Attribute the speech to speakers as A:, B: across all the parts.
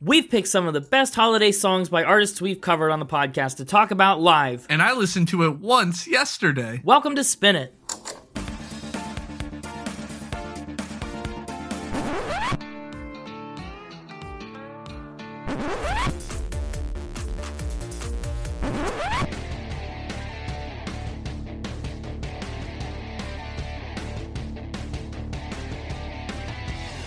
A: We've picked some of the best holiday songs by artists we've covered on the podcast to talk about live.
B: And I listened to it once yesterday.
A: Welcome to Spin It.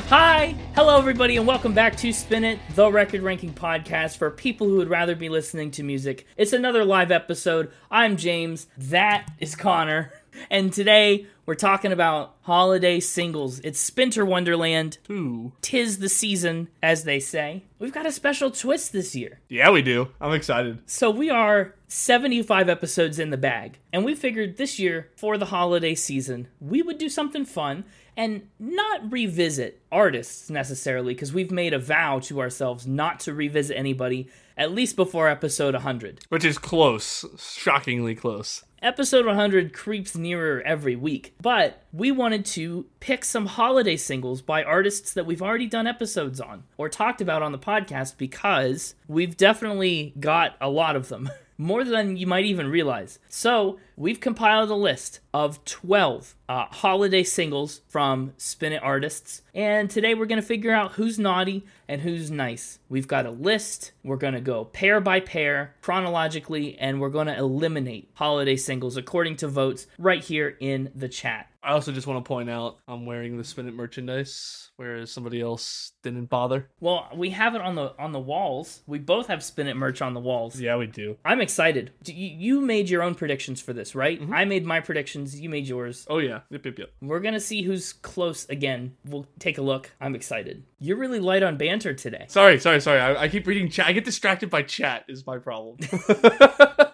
A: Hi, hello everybody, and welcome back to Spin It, the record ranking podcast for people who would rather be listening to music. It's another live episode. I'm James, that is Connor, and today we're talking about holiday singles. It's Spinter Wonderland,
B: Ooh.
A: tis the season, as they say. We've got a special twist this year.
C: Yeah, we do. I'm excited.
A: So we are 75 episodes in the bag, and we figured this year for the holiday season, we would do something fun and not revisit artists necessarily because we've made a vow to ourselves not to revisit anybody at least before episode 100.
C: Which is close, shockingly close.
A: Episode 100 creeps nearer every week, but we wanted to pick some holiday singles by artists that we've already done episodes on or talked about on the podcast because we've definitely got a lot of them. More than you might even realize. So, we've compiled a list of 12 uh, holiday singles from Spin It artists. And today we're going to figure out who's naughty and who's nice. We've got a list. We're going to go pair by pair chronologically, and we're going to eliminate holiday singles according to votes right here in the chat.
C: I also just want to point out I'm wearing the Spin It merchandise, whereas somebody else didn't bother.
A: Well, we have it on the on the walls. We both have Spin It merch on the walls.
C: Yeah, we do.
A: I'm excited. D- You you made your own predictions for this, right? I made my predictions. You made yours.
C: Oh, yeah. Yep, yep, yep.
A: We're gonna see who's close again. We'll take a look. I'm excited. You're really light on banter today.
C: Sorry, sorry, sorry. I, I keep reading chat. I get distracted by chat, is my problem.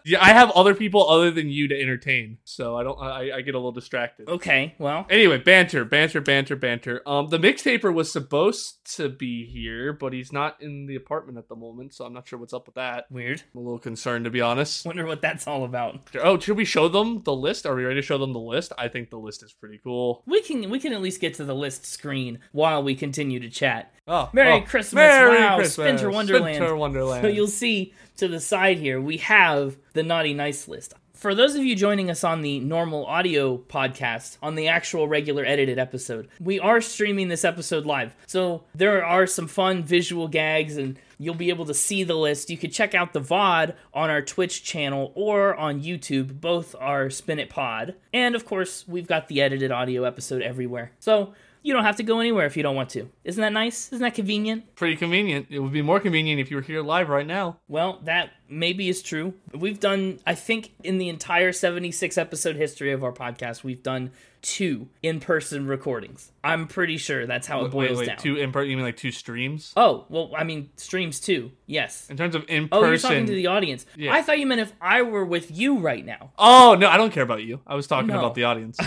C: yeah, I have other people other than you to entertain, so I don't. I, I get a little distracted.
A: Okay, well,
C: Anyway, banter, banter, banter, banter. Um, the mixtaper was supposed to be here, but he's not in the apartment at the moment, so I'm not sure what's up with that.
A: weird.
C: I'm a little concerned, to be honest.
A: Wonder what that's all about.
C: Oh, should we show them the list? Are we ready to show them the list? I think the list is pretty cool.
A: We can we can at least get to the list screen while we continue to chat.
C: Oh,
A: Merry
C: oh.
A: Christmas!
C: Merry
A: wow,
C: Christmas,
A: Spinter Wonderland.
C: Spinter Wonderland.
A: So you'll see to the side here we have the naughty nice list. For those of you joining us on the normal audio podcast, on the actual regular edited episode, we are streaming this episode live. So there are some fun visual gags and you'll be able to see the list. You can check out the VOD on our Twitch channel or on YouTube. Both are Spin It Pod. And of course, we've got the edited audio episode everywhere. So you don't have to go anywhere if you don't want to. Isn't that nice? Isn't that convenient?
C: pretty convenient. It would be more convenient if you were here live right now.
A: Well, that maybe is true. We've done, I think, in the entire 76 episode history of our podcast, we've done two in person recordings. I'm pretty sure that's how it boils
C: wait, wait,
A: down.
C: two in per- You mean like two streams?
A: Oh, well, I mean, streams too. Yes.
C: In terms of in
A: Oh,
C: person.
A: you're talking to the audience.
C: Yeah.
A: I thought you meant if I were with you right now.
C: oh no, I don't care about you. I was talking
A: No.
C: about the audience.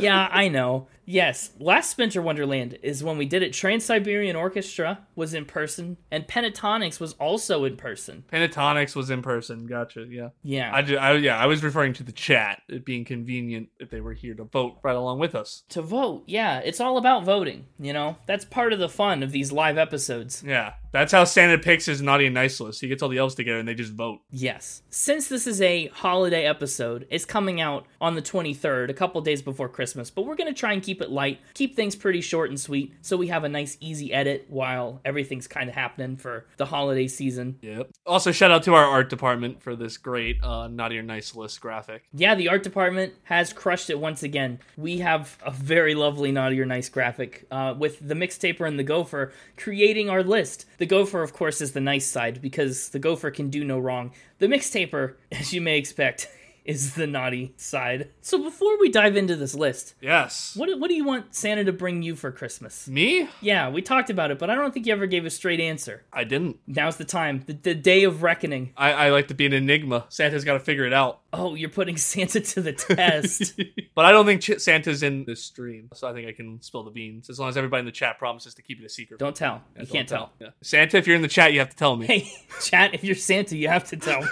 A: yeah, I know. Yes, last Spinter Wonderland is when we did it. Trans Siberian Orchestra was in person, and Pentatonics was also in person.
C: Pentatonics was in person. Gotcha. Yeah.
A: Yeah.
C: I, ju- I yeah, I was referring to the chat. It being convenient if they were here to vote right along with us.
A: to vote. Yeah, it's all about voting, you know? That's part of the fun of these live episodes.
C: Yeah, that's how Santa picks his naughty and nice list. He gets all the elves together and they just vote.
A: Yes. Since this is a holiday episode, it's coming out on the 23rd, a couple days before Christmas, but we're going to try and keep it light, keep things pretty short and sweet, so we have a nice, easy edit while everything's kind of happening for the holiday season.
C: Yep. Also, shout out to our art department for this great uh, naughty or nice list graphic.
A: Yeah, the art department has crushed it once again. We have a very lovely Naughty or Nice graphic uh, with the mixtaper and the gopher creating our list. The gopher, of course, is the nice side because the gopher can do no wrong. The mixtaper, as you may expect, is the naughty side. So before we dive into this list,
C: Yes.
A: what, what do you want Santa to bring you for Christmas?
C: Me?
A: Yeah, we talked about it, but I don't think you ever gave a straight answer.
C: I didn't.
A: Now's the time, the, the day of reckoning.
C: I, I like to be an enigma. Santa's got to figure it out.
A: Oh, you're putting Santa to the test.
C: But I don't think Ch- Santa's in this stream, so I think I can spill the beans as long as everybody in the chat promises to keep it a secret.
A: don't tell. you
C: Don't
A: can't tell.
C: Yeah. Santa, if you're in the chat, you have to tell me.
A: Hey, chat, if you're Santa, you have to tell.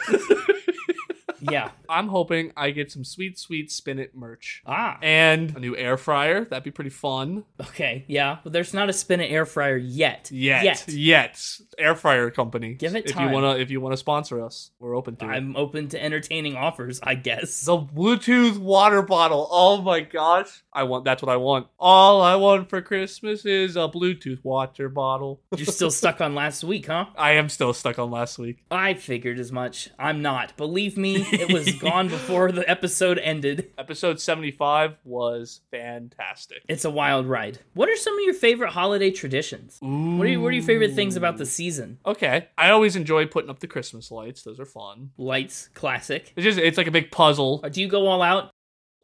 A: yeah.
C: I'm hoping I get some sweet, sweet spin it merch.
A: Ah.
C: And a new air fryer. That'd be pretty fun.
A: Okay. Yeah. Well, there's not a spin and air fryer yet.
C: Yet.
A: Yet.
C: Yet. Air fryer company.
A: Give it
C: if
A: time.
C: you wanna if you wanna sponsor us, we're open to it.
A: I'm open to entertaining offers, I guess.
C: The Bluetooth water bottle. Oh my gosh. I want that's what I want. All I want for Christmas is a Bluetooth water bottle.
A: You're still stuck on last week, huh?
C: I am still stuck on last week.
A: I figured as much. I'm not. Believe me, it was gone before the episode ended.
C: Episode 75 was fantastic.
A: It's a wild ride. What are some of your favorite holiday traditions? What are, your- what are your favorite things about the season?
C: Okay. I always enjoy putting up the Christmas lights. Those are fun.
A: Lights, classic.
C: It's just it's like a big puzzle.
A: Uh, Do you go all out?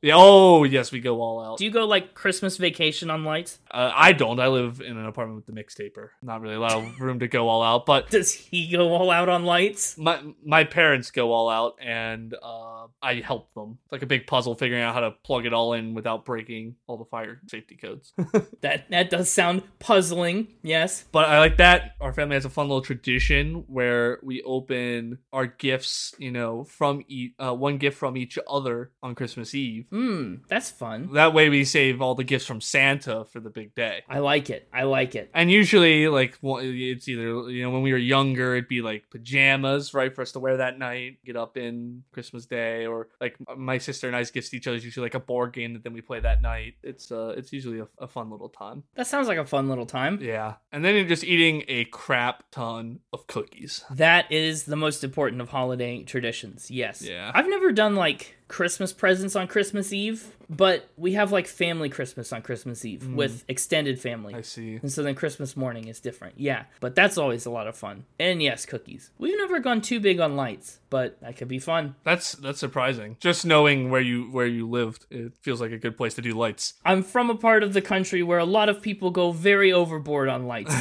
C: Yeah, oh yes, we go all out.
A: Do you go like Christmas vacation on lights?
C: Uh, I don't. I live in an apartment with the mixtaper. Not really a lot of room to go all out, but
A: Does he go all out on lights?
C: my my parents go all out, and uh, I help them. It's like a big puzzle, figuring out how to plug it all in without breaking all the fire safety codes.
A: That that does sound puzzling. Yes.
C: but I like that our family has a fun little tradition where we open our gifts, you know, from each uh, one gift from each other on Christmas Eve.
A: Hmm. That's fun.
C: That way, we save all the gifts from Santa for the big day.
A: I like it. I like it.
C: And usually, like, well, it's either, you know, when we were younger, it'd be like pajamas, right, for us to wear that night, get up in Christmas Day, or like my sister and I's gifts to each other is usually like a board game that then we play that night. It's uh, it's usually a, a fun little time.
A: That sounds like a fun little time.
C: Yeah. And then you're just eating a crap ton of cookies.
A: That is the most important of holiday traditions. Yes.
C: Yeah.
A: I've never done like Christmas presents on Christmas Eve, but we have like family Christmas on Christmas Eve with extended family.
C: Hmm. I see.
A: And so then Christmas morning is different. Yeah. But that's always a lot of fun. And yes, cookies. We've never gone too big on lights, but that could be fun.
C: That's that's surprising. Just knowing where you where you lived, it feels like a good place to do lights.
A: I'm from a part of the country where a lot of people go very overboard on lights.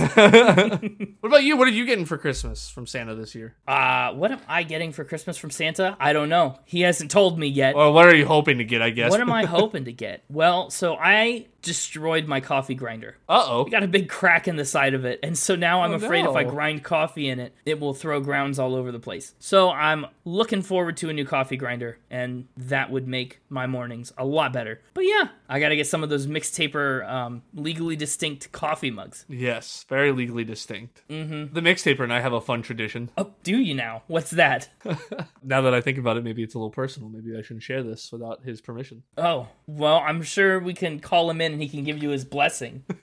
C: what about you? What are you getting for Christmas from Santa this year?
A: uh, what am I getting for Christmas from Santa? I don't know. He hasn't told me yet.
C: Or what are you hoping to get, I guess?
A: What am I hoping to get? Well, so I destroyed my coffee grinder.
C: Uh-oh.
A: I got a big crack in the side of it, and so now I'm
C: Oh,
A: afraid if I
C: no.
A: grind coffee in it, it will throw grounds all over the place. So I'm looking forward to a new coffee grinder, and that would make my mornings a lot better. But yeah, I gotta get some of those mixtaper, um, legally distinct coffee mugs.
C: Yes, very legally distinct. Mm-hmm. The mixtaper and I have a fun tradition.
A: Oh, do you now? What's that?
C: Now that I think about it, maybe it's a little personal. Maybe I shouldn't share this without his permission.
A: Oh, well, I'm sure we can call him in and he can give you his blessing.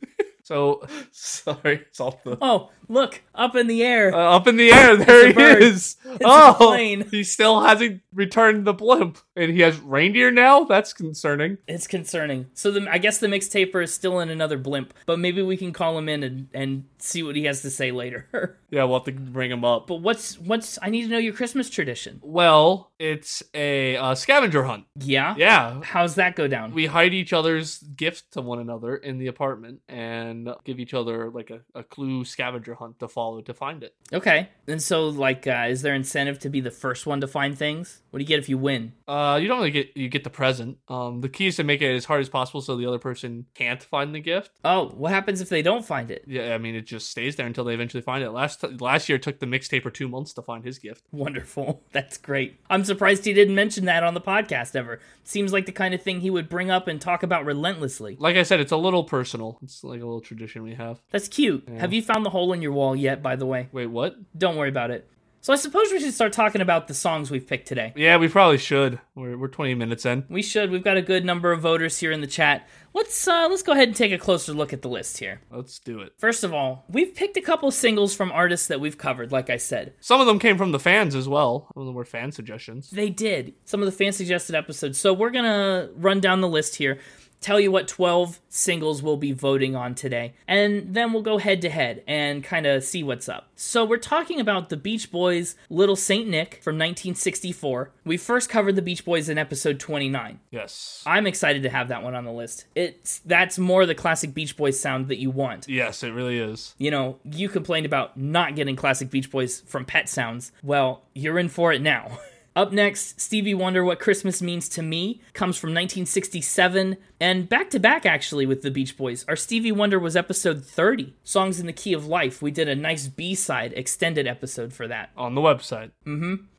C: So, sorry, it's all the.
A: Oh, look, up in the air.
C: Uh, up in the air, there
A: a
C: he
A: bird.
C: is.
A: a
C: oh,
A: plane.
C: he still hasn't returned the blimp, and he has reindeer now. That's concerning.
A: It's concerning. So the, I guess the mixtaper is still in another blimp, but maybe we can call him in and, and see what he has to say later.
C: Yeah, we'll have to bring him up.
A: but what's what's I need to know your Christmas tradition.
C: Well, it's a uh, scavenger hunt.
A: Yeah.
C: Yeah.
A: How's that go down?
C: We hide each other's gifts to one another in the apartment and give each other like a, a clue scavenger hunt to follow to find it.
A: okay. And so like uh, is there incentive to be the first one to find things? What do you get if you win?
C: Uh, you don't really get you get the present. Um, the key is to make it as hard as possible so the other person can't find the gift.
A: Oh, what happens if they don't find it?
C: Yeah, I mean it just stays there until they eventually find it. Last t- last year it took the mixtaper two months to find his gift.
A: Wonderful. That's great. I'm surprised he didn't mention that on the podcast ever. Seems like the kind of thing he would bring up and talk about relentlessly.
C: Like I said, it's a little personal. It's like a little tradition we have.
A: That's cute. Have you found the hole in your wall yet, by the way?
C: Wait, what?
A: Don't worry about it. So I suppose we should start talking about the songs we've picked today.
C: Yeah, we probably should. We're we're twenty minutes in.
A: We should. We've got a good number of voters here in the chat. Let's uh, let's go ahead and take a closer look at the list here.
C: Let's do it.
A: First of all, we've picked a couple singles from artists that we've covered. Like I said,
C: Some of them came from the fans as well. Some of them were fan suggestions.
A: they did some of the fan suggested episodes. So we're gonna run down the list here. Tell you what 12 singles we'll be voting on today, and then we'll go head to head and kind of see what's up. So, we're talking about the Beach Boys' Little Saint Nick from 1964. We first covered the Beach Boys in episode 29.
C: Yes.
A: I'm excited to have that one on the list. It's that's more the classic Beach Boys sound that you want.
C: Yes, it really is.
A: You know, you complained about not getting classic Beach Boys from Pet Sounds. Well, you're in for it now. Up next, Stevie Wonder What Christmas Means to Me comes from 1967, and back to back actually with the Beach Boys. Our Stevie Wonder was episode 30, Songs in the Key of Life. We did a nice B side extended episode for that.
C: on the website.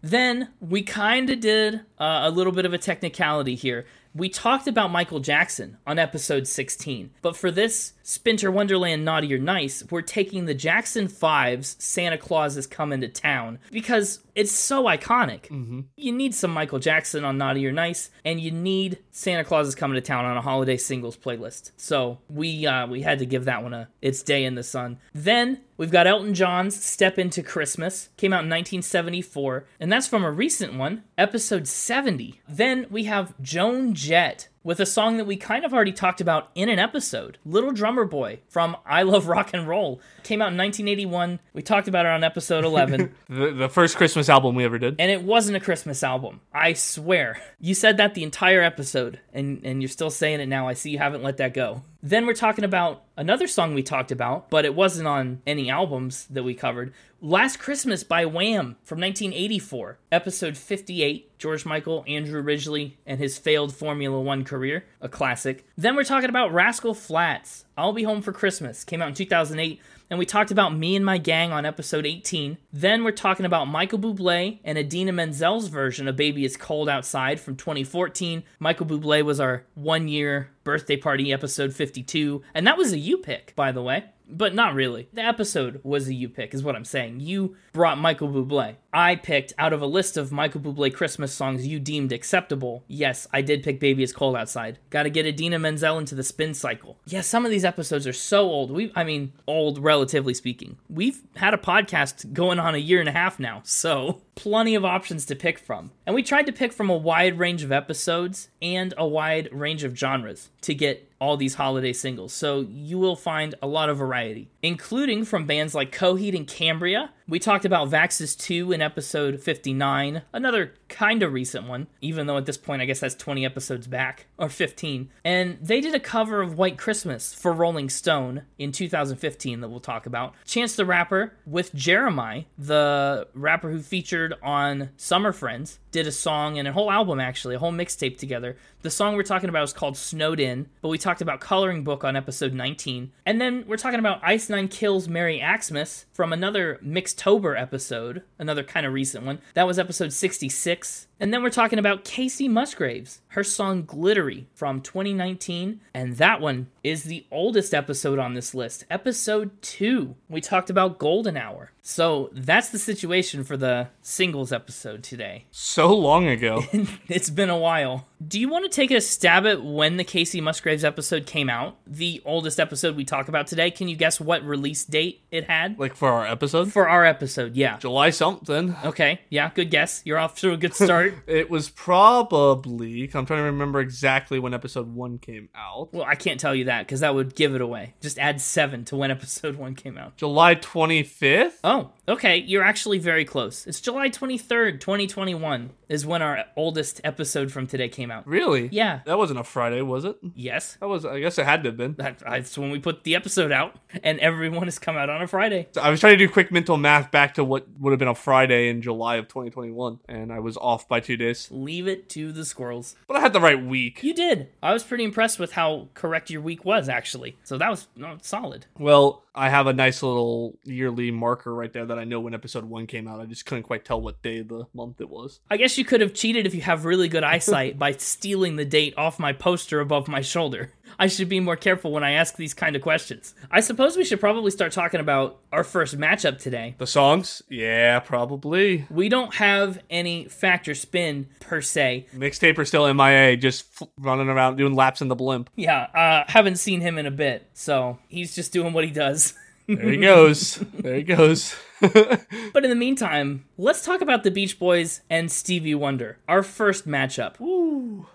A: Then we kind of did uh, a little bit of a technicality here. We talked about Michael Jackson on episode 16, but for this Spinter Wonderland Naughty or Nice, we're taking the Jackson 5's Santa Claus is Coming to Town because it's so iconic. You need some Michael Jackson on Naughty or Nice, and you need Santa Claus is Coming to Town on a holiday singles playlist. So we uh, we had to give that one a its day in the sun. Then We've got Elton John's Step Into Christmas, came out in 1974, and that's from a recent one, episode 70. Then we have Joan Jett with a song that we kind of already talked about in an episode, Little Drummer Boy from I Love Rock and Roll, came out in 1981. We talked about it on episode 11,
C: The, the first Christmas album we ever did.
A: and it wasn't a Christmas album. I swear. You said that the entire episode, and, and you're still saying it now. I see you haven't let that go. Then we're talking about another song we talked about, but it wasn't on any albums that we covered. Last Christmas by Wham from 1984, episode 58. George Michael, Andrew Ridgely, and his failed Formula One career, a classic. Then we're talking about Rascal Flats, I'll Be Home for Christmas, came out in 2008, and we talked about Me and My Gang on episode 18. Then we're talking about Michael Bublé and Adina Menzel's version of Baby It's Cold Outside from 2014. Michael Bublé was our one year birthday party episode 52, and that was a you pick, by the way. But not really. The episode was a you pick, is what I'm saying. You brought Michael Bublé. I picked out of a list of Michael Bublé Christmas songs you deemed acceptable. Yes, I did pick "Baby It's Cold Outside." Got to get Adina Menzel into the spin cycle. Yeah, some of these episodes are so old. We, I mean, old relatively speaking. We've had a podcast going on a year and a half now, so plenty of options to pick from. And we tried to pick from a wide range of episodes and a wide range of genres to get all these holiday singles, so you will find a lot of variety, including from bands like Coheed and Cambria. We talked about Vaxxes 2 in episode 59, another kind of recent one, even though at this point I guess that's 20 episodes back, or 15. And they did a cover of White Christmas for Rolling Stone in 2015 that we'll talk about. Chance the Rapper with Jeremiah, the rapper who featured on Summer Friends, did a song and a whole album actually, a whole mixtape together. The song we're talking about is called Snowed In, but we talked about Coloring Book on episode 19. And then we're talking about Ice Nine Kills Mary Axmas from another Mixtober episode, another kind of recent one. That was episode 66. And then we're talking about Casey Musgraves, her song Glittery from 2019. And that one is the oldest episode on this list, episode two. We talked about Golden Hour. So that's the situation for the singles episode today.
C: So long ago.
A: It's been a while. Do you want to take a stab at when the Casey Musgraves episode came out? The oldest episode we talk about today. Can you guess what release date it had?
C: like for our episode?
A: For our episode, yeah.
C: July something.
A: Okay, yeah, good guess. You're off to a good start.
C: It was probably. I'm trying to remember exactly when episode one came out.
A: well, I can't tell you that because that would give it away. Just add seven to when episode one came out.
C: July 25th?
A: Oh, okay. You're actually very close. It's July 23rd, 2021, is when our oldest episode from today came out.
C: Really?
A: Yeah.
C: That wasn't a Friday, was it?
A: Yes.
C: That was. I guess it had to have been.
A: That- That's when we put the episode out, and everyone has come out on a Friday.
C: So I was trying to do quick mental math back to what would have been a Friday in July of 2021, and I was off by two days.
A: Leave it to the squirrels.
C: But I had the right week.
A: You did. I was pretty impressed with how correct your week was, actually. So that was no, solid.
C: Well, I have a nice little yearly marker right there that I know when episode one came out. I just couldn't quite tell what day of the month it was.
A: I guess you could have cheated if you have really good eyesight by stealing the date off my poster above my shoulder. I should be more careful when I ask these kind of questions. I suppose we should probably start talking about our first matchup today.
C: The songs? Yeah, probably.
A: We don't have any factor spin per se.
C: Mixtaper still MIA, just f- running around doing laps in the blimp.
A: Yeah, uh, haven't seen him in a bit, so he's just doing what he does.
C: There he goes. there he goes.
A: But in the meantime, let's talk about the Beach Boys and Stevie Wonder, our first matchup.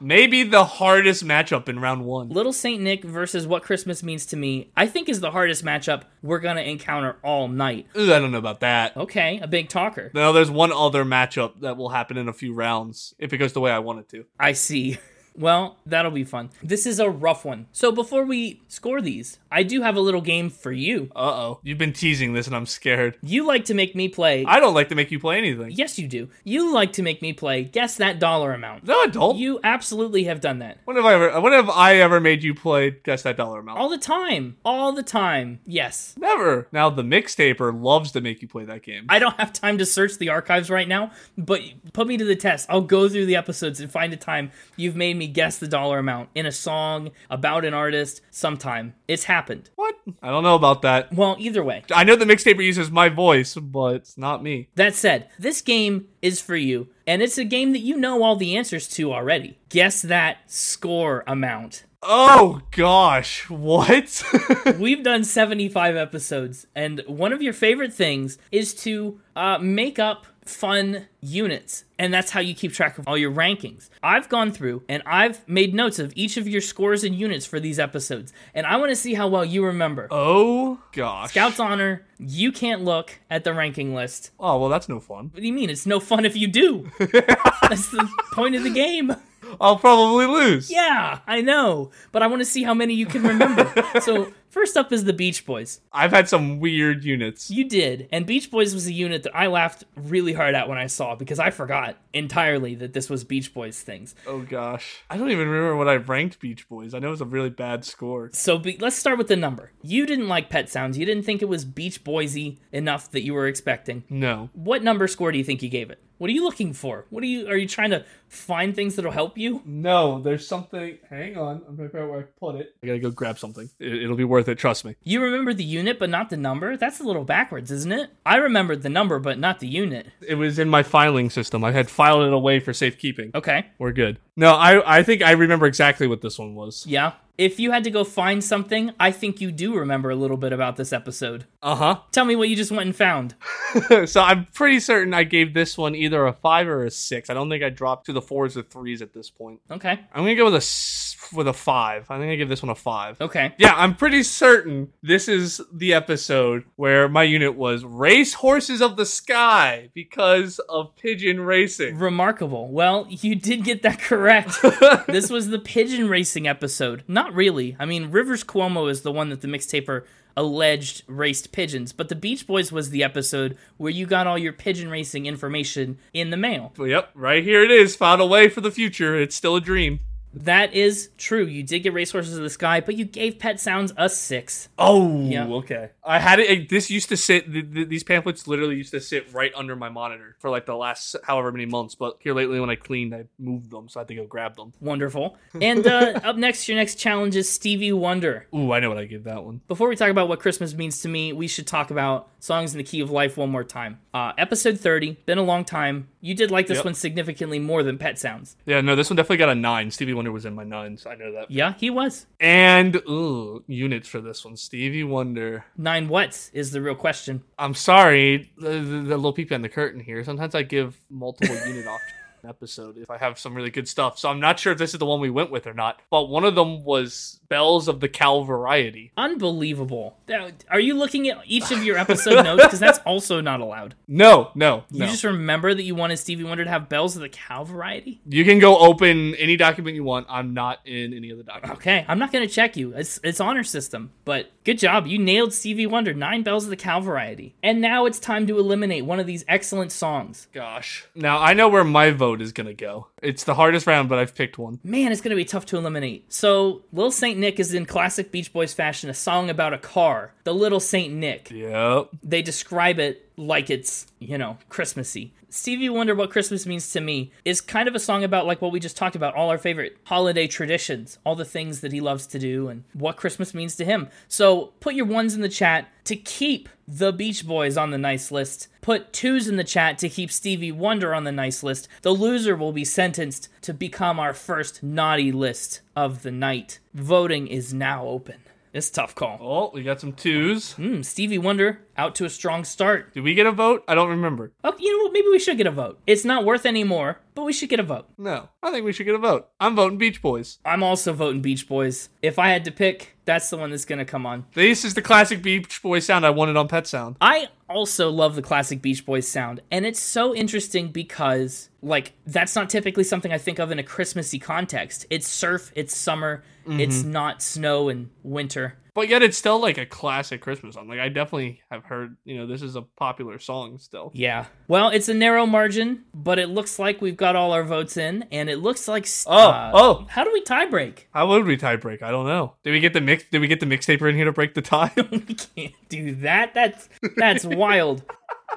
C: Maybe the hardest matchup in round one.
A: Little Saint Nick versus What Christmas Means to Me, I think is the hardest matchup we're going to encounter all night.
C: Ooh, I don't know about that.
A: Okay, a big talker.
C: Now there's one other matchup that will happen in a few rounds if it goes the way I want it to.
A: I see. Well, that'll be fun. This is a rough one. So before we score these, I do have a little game for you.
C: Uh oh. You've been teasing this and I'm scared.
A: You like to make me play.
C: I don't like to make you play anything.
A: yes, you do. You like to make me play. Guess that dollar amount.
C: No, I don't.
A: You absolutely have done that.
C: When have I ever? When have I ever made you play guess that dollar amount?
A: All the time. All the time. Yes.
C: Never. Now the mixtaper loves to make you play that game.
A: I don't have time to search the archives right now, but put me to the test. I'll go through the episodes and find a time you've made me guess the dollar amount in a song, about an artist, sometime. It's happened.
C: what? I don't know about that.
A: Well, either way.
C: I know the mixtaper uses my voice, but it's not me.
A: That said, this game is for you, and it's a game that you know all the answers to already. Guess that score amount.
C: Oh gosh, what?
A: We've done 75 episodes, and one of your favorite things is to uh, make up fun units. And that's how you keep track of all your rankings. I've gone through and I've made notes of each of your scores and units for these episodes. And I want to see how well you remember.
C: oh gosh.
A: Scout's Honor, you can't look at the ranking list.
C: Oh well, that's no fun.
A: What do you mean? It's no fun if you do. that's the point of the game.
C: I'll probably lose.
A: Yeah, I know. But I want to see how many you can remember. so, first up is the Beach Boys.
C: I've had some weird units.
A: You did. And Beach Boys was a unit that I laughed really hard at when I saw because I forgot entirely that this was Beach Boys things.
C: Oh gosh, I don't even remember what I ranked Beach Boys. I know it was a really bad score.
A: So be- let's start with the number. You didn't like Pet Sounds. You didn't think it was Beach Boysy enough that you were expecting.
C: No,
A: What number score do you think you gave it? What are you looking for? What are you are you trying to find things that'll help you?
C: no. There's something. Hang on, I'm gonna figure out where I put it. I gotta go grab something. It- it'll be worth it. Trust me.
A: You remember the unit but not the number? That's a little backwards, isn't it? I remembered the number but not the unit.
C: It was in my filing system. I had filed it away for safekeeping.
A: Okay.
C: We're good. No, I I think I remember exactly what this one was.
A: Yeah. If you had to go find something, I think you do remember a little bit about this episode.
C: Uh
A: Tell me what you just went and found.
C: huh. so I'm pretty certain I gave this one either a five or a six. I don't think I dropped to the fours or threes at this point.
A: Okay.
C: I'm gonna go with a s- with a five. I think I give this one a five.
A: Okay.
C: Yeah, I'm pretty certain this is the episode where my unit was race horses of the sky because of pigeon racing.
A: Remarkable. Well, you did get that correct. this was the pigeon racing episode. Not really. I mean, Rivers Cuomo is the one that the mixtaper alleged raced pigeons, but the Beach Boys was the episode where you got all your pigeon racing information in the mail.
C: Yep, right here it is, filed away for the future. It's still a dream.
A: That is true. You did get Racehorses of the Sky, but you gave Pet Sounds a six.
C: Oh,
A: Yeah.
C: okay. I had it. it- This used to sit. Th- th- these pamphlets literally used to sit right under my monitor for like the last however many months. But here lately, when I cleaned, I moved them, so I think I grabbed them.
A: Wonderful. And uh, up next, your next challenge is Stevie Wonder.
C: Ooh, I know what I give that one.
A: Before we talk about what Christmas means to me, we should talk about Songs in the Key of Life one more time. Uh, episode 30, been a long time. You did like this
C: Yep.
A: one significantly more than Pet Sounds.
C: Yeah, no, this one definitely got a nine. Stevie Wonder was in my nines. I know that.
A: Yeah, he was.
C: And ooh, units for this one. Stevie Wonder.
A: Nine what's is the real question.
C: I'm sorry, the, the, the little peek behind the curtain here. Sometimes I give multiple unit options an episode if I have some really good stuff. So I'm not sure if this is the one we went with or not. But one of them was Bells of the Cow variety.
A: Unbelievable. That- Are you looking at each of your episode notes? Because that's also not allowed.
C: No, no, no.
A: You
C: You,
A: just remember that you wanted Stevie Wonder to have bells of the cow variety?
C: can go open any document you want. I'm not in any other document.
A: Okay, I'm not going to check you. It's, it's honor system. But good job. You nailed Stevie Wonder, nine bells of the cow variety. And now it's time to eliminate one of these excellent songs.
C: Gosh. Now I know where my vote is gonna go. It's the hardest round, but I've picked one.
A: Man, it's going to be tough to eliminate. So, Little Saint Nick is in classic Beach Boys fashion a song about a car, the Little Saint Nick.
C: Yep.
A: They describe it like it's, you know, Christmassy. Stevie Wonder What Christmas Means to Me is kind of a song about like what we just talked about, all our favorite holiday traditions, all the things that he loves to do and what Christmas means to him. So, put your ones in the chat to keep the Beach Boys on the nice list. Put twos in the chat to keep Stevie Wonder on the nice list. The loser will be sentenced to become our first naughty list of the night. Voting is now open. It's a tough call.
C: Oh, we got some twos.
A: Hmm, Stevie Wonder out to a strong start.
C: Did we get a vote? I don't remember.
A: Oh, you know what? Maybe we should get a vote. It's not worth any more, but we should get a vote.
C: No, I think we should get a vote. I'm voting Beach Boys.
A: I'm also voting Beach Boys. If I had to pick, that's the one that's going to come on.
C: This is the classic Beach Boys sound I wanted on Pet Sound.
A: I also love the classic Beach Boys sound, and it's so interesting because, like, that's not typically something I think of in a Christmassy context. It's surf, it's summer, it's
C: Mm-hmm.
A: not snow and winter.
C: But yet it's still like a classic Christmas song. Like I definitely have heard, you know, this is a popular song still.
A: Yeah. Well, it's a narrow margin, but it looks like we've got all our votes in, and it looks like. s-
C: Oh,
A: uh,
C: oh.
A: How do we tie break?
C: How would we tie break? I don't know. Did we get the mix did we get the mixtaper in here to break the tie?
A: we can't do that. That's that's wild.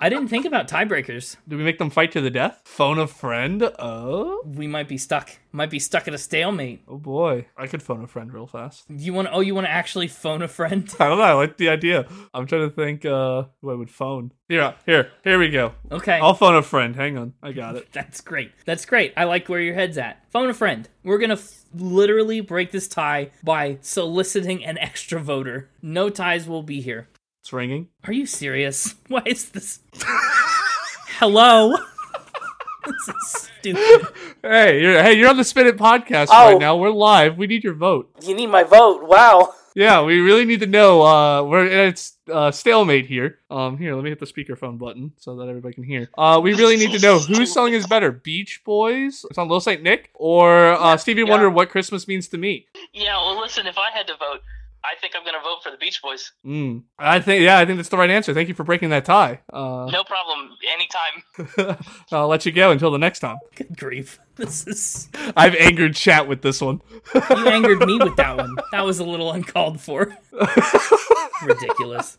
A: I didn't think about tiebreakers.
C: Did we make them fight to the death? Phone a friend? Oh?
A: We might be stuck. Might be stuck at a stalemate.
C: Oh boy. I could phone a friend real fast.
A: You want to? Oh, you want to actually phone a friend?
C: I don't know, I like the idea. I'm trying to think uh who I would phone. Here, here, here we go.
A: Okay.
C: I'll phone a friend. Hang on. I got it.
A: That's great. That's great. I like where your head's at. Phone a friend. We're going to f- literally break this tie by soliciting an extra voter. No ties will be here.
C: It's ringing.
A: Are you serious? Why is this? Hello? this is stupid.
C: Hey, you're hey, you're on the Spin It podcast
A: Oh.
C: right now. We're live. We need your vote.
A: You need my vote. Wow.
C: Yeah, we really need to know. Uh, we're it's uh, stalemate here. Um, here, let me hit the speakerphone button so that everybody can hear. Uh, we really need to know whose song is better, Beach Boys, it's on Little Saint Nick, or uh, Stevie Wonder, What Christmas Means to Me.
D: Yeah, well, listen, if I had to vote, I think I'm going to vote for the Beach Boys.
C: Mm. I think yeah, I think that's the right answer. Thank you for breaking that tie. Uh,
D: No problem, anytime.
C: I'll let you go until the next time.
A: Good grief. This is.
C: I've angered chat with this one.
A: You angered me with that one. That was a little uncalled for. Ridiculous.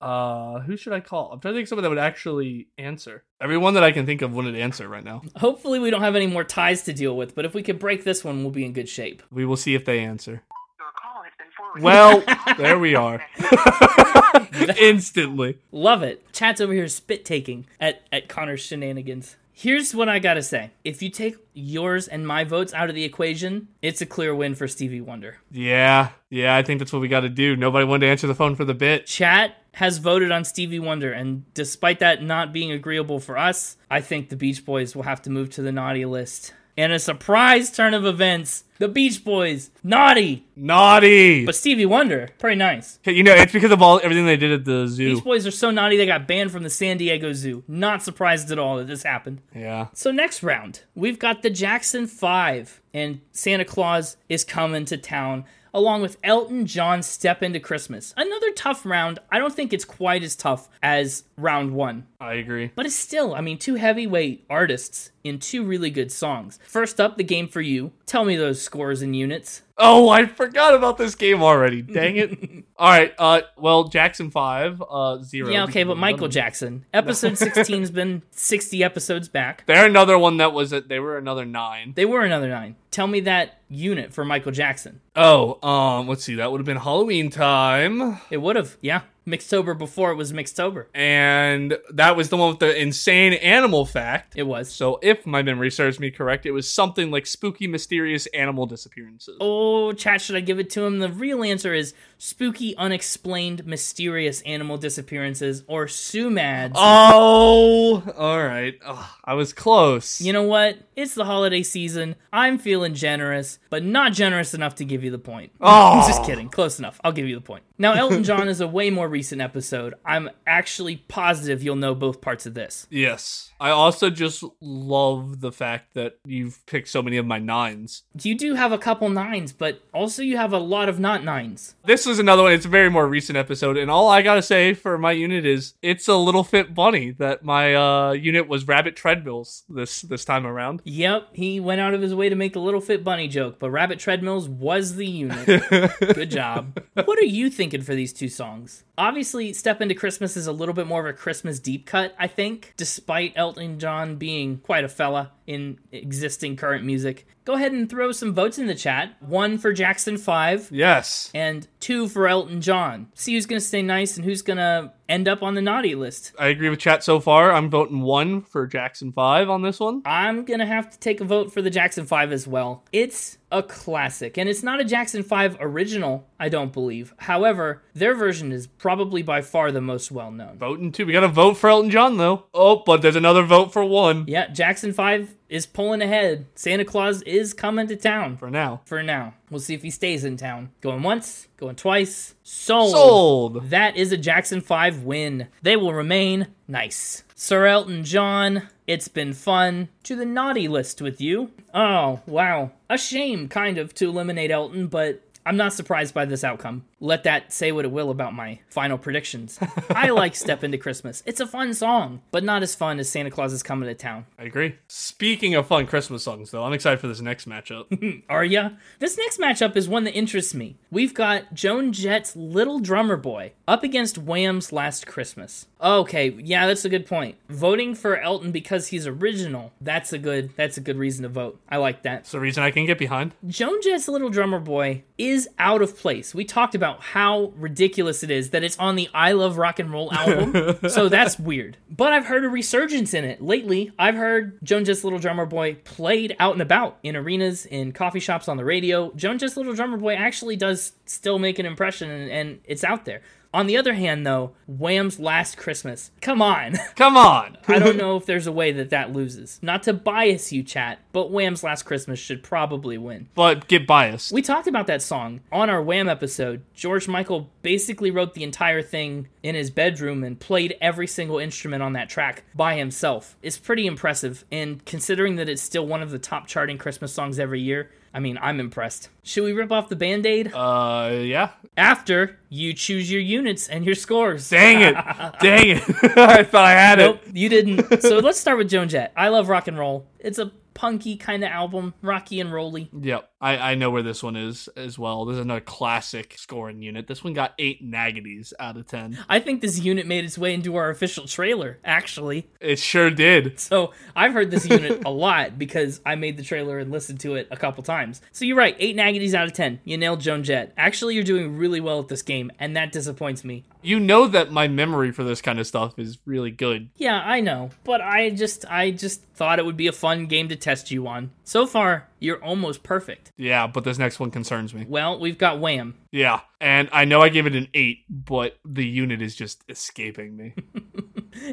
C: Uh, who should I call? I'm trying to think of someone that would actually answer. Everyone that I can think of wouldn't answer right now.
A: Hopefully, we don't have any more ties to deal with, but if we could break this one, we'll be in good shape.
C: We will see if they answer.
D: Your call has been forwarded.
C: Well, there we are. Instantly.
A: Love it. Chat's over here spit taking at, at Connor's shenanigans. Here's what I gotta say. If you take yours and my votes out of the equation, it's a clear win for Stevie Wonder.
C: Yeah, yeah, I think that's what we got to do. Nobody wanted to answer the phone for the bitch.
A: Chat has voted on Stevie Wonder, and despite that not being agreeable for us, I think the Beach Boys will have to move to the naughty list. And a surprise turn of events, the Beach Boys, naughty,
C: Naughty.
A: but Stevie Wonder, pretty nice.
C: you know, it's because of all everything they did at the zoo.
A: Beach Boys are so naughty they got banned from the San Diego Zoo. Not surprised at all that this happened.
C: Yeah.
A: So next round, we've got the Jackson 5 and Santa Claus is coming to town along with Elton John's Step Into Christmas. Another tough round. I don't think it's quite as tough as round 1,
C: I agree.
A: but it's still, I mean, two heavyweight artists in two really good songs. First up, The Game for You. Tell me those scores and units.
C: Oh, I forgot about this game already. Dang it. all right. Uh well, Jackson 5 uh 0.
A: Yeah, okay, but Michael Jackson. Episode 16's been 60 episodes back.
C: They're another one that was at, they were another 9.
A: They were another 9. Tell me that unit for Michael Jackson.
C: Oh, um let's see. That would have been Halloween time.
A: It would have, yeah. Mixtober before it was Mixtober.
C: And that was the one with the insane animal fact.
A: It was.
C: So, if my memory serves me correct, it was something like spooky, mysterious animal disappearances.
A: Oh, chat, should I give it to him? The real answer is spooky, unexplained, mysterious animal disappearances or SUMADs.
C: Oh, all right. Ugh, I was close.
A: You know what? It's the holiday season. I'm feeling generous, but not generous enough to give you the point.
C: oh,
A: Just kidding. Close enough. I'll give you the point. Now, Elton John is a way more recent episode. I'm actually positive you'll know both parts of this.
C: Yes, I also just love the fact that you've picked so many of my nines.
A: You do have a couple nines, but also you have a lot of not nines.
C: This is another one. It's a very more recent episode, and all I gotta say for my unit is it's a little fit bunny that my uh, unit was rabbit treadmills this this time around.
A: Yep, he went out of his way to make a little fit bunny joke, but Rabbit Treadmills was the unit. Good job. what are you thinking for these two songs? Obviously, Step Into Christmas is a little bit more of a Christmas deep cut, I think, despite Elton John being quite a fella in existing current music. Go ahead and throw some votes in the chat. One for Jackson 5
C: yes.
A: and two for Elton John. See who's going to stay nice and who's going to end up on the naughty list.
C: I agree with chat so far. I'm voting one for Jackson 5 on this one.
A: I'm gonna have to take a vote for the Jackson 5 as well. It's a classic, and it's not a Jackson 5 original, I don't believe. However, their version is probably by far the most well known.
C: Voting two. We got to vote for Elton John, though. Oh, but there's another vote for one
A: Yeah, Jackson 5 is pulling ahead. Santa Claus is coming to town
C: for now.
A: for now. We'll see if he stays in town. Going once, going twice. Sold.
C: Sold.
A: That is a Jackson 5 win. They will remain nice. Sir Elton John, it's been fun. To the naughty list with you. Oh, wow. A shame, kind of, to eliminate Elton, but I'm not surprised by this outcome. Let that say what it will about my final predictions. I like Step Into Christmas. It's a fun song, but not as fun as Santa Claus is Coming to Town.
C: I agree. Speaking of fun Christmas songs, though, I'm excited for this next matchup.
A: Are ya? This next matchup is one that interests me. We've got Joan Jett's Little Drummer Boy up against Wham's Last Christmas. Okay, yeah, that's a good point. Voting for Elton because he's original, that's a good that's a good reason to vote. I like that.
C: it's the reason I can get behind.
A: Joan Jett's Little Drummer Boy is out of place. We talked about how ridiculous it is that it's on the I Love Rock and Roll album, so that's weird. But I've heard a resurgence in it lately. I've heard Joan Jett's Little Drummer Boy played out and about in arenas, in coffee shops, on the radio. Joan Jett's Little Drummer Boy actually does still make an impression, and, and it's out there. On the other hand, though, Wham's Last Christmas. Come on.
C: Come on.
A: I don't know if there's a way that that loses. Not to bias you, chat, but Wham's Last Christmas should probably win.
C: but get biased.
A: We talked about that song on our Wham episode. George Michael basically wrote the entire thing in his bedroom and played every single instrument on that track by himself. It's pretty impressive, and considering that it's still one of the top charting Christmas songs every year, I mean, I'm impressed. Should we rip off the band aid?
C: uh, yeah.
A: After you choose your units and your scores.
C: Dang it. Dang it. I thought I had
A: Nope,
C: it.
A: you didn't. so let's start with Joan Jett. I love rock and roll. It's a punky kind of album, rocky and rolly.
C: Yep. I, I know where this one is as well. This is another classic scoring unit. This one got eight naggities out of 10.
A: I think this unit made its way into our official trailer, actually.
C: It sure did.
A: So I've heard this unit a lot because I made the trailer and listened to it a couple times. So you're right, eight naggities out of ten. You nailed Joan Jett. Actually, you're doing really well at this game, and that disappoints me.
C: You know that my memory for this kind of stuff is really good.
A: Yeah, I know, but I just I just thought it would be a fun game to test you on. So far, you're almost perfect.
C: Yeah, but this next one concerns me.
A: Well, we've got Wham.
C: Yeah. And I know I gave it an eight, but the unit is just escaping me.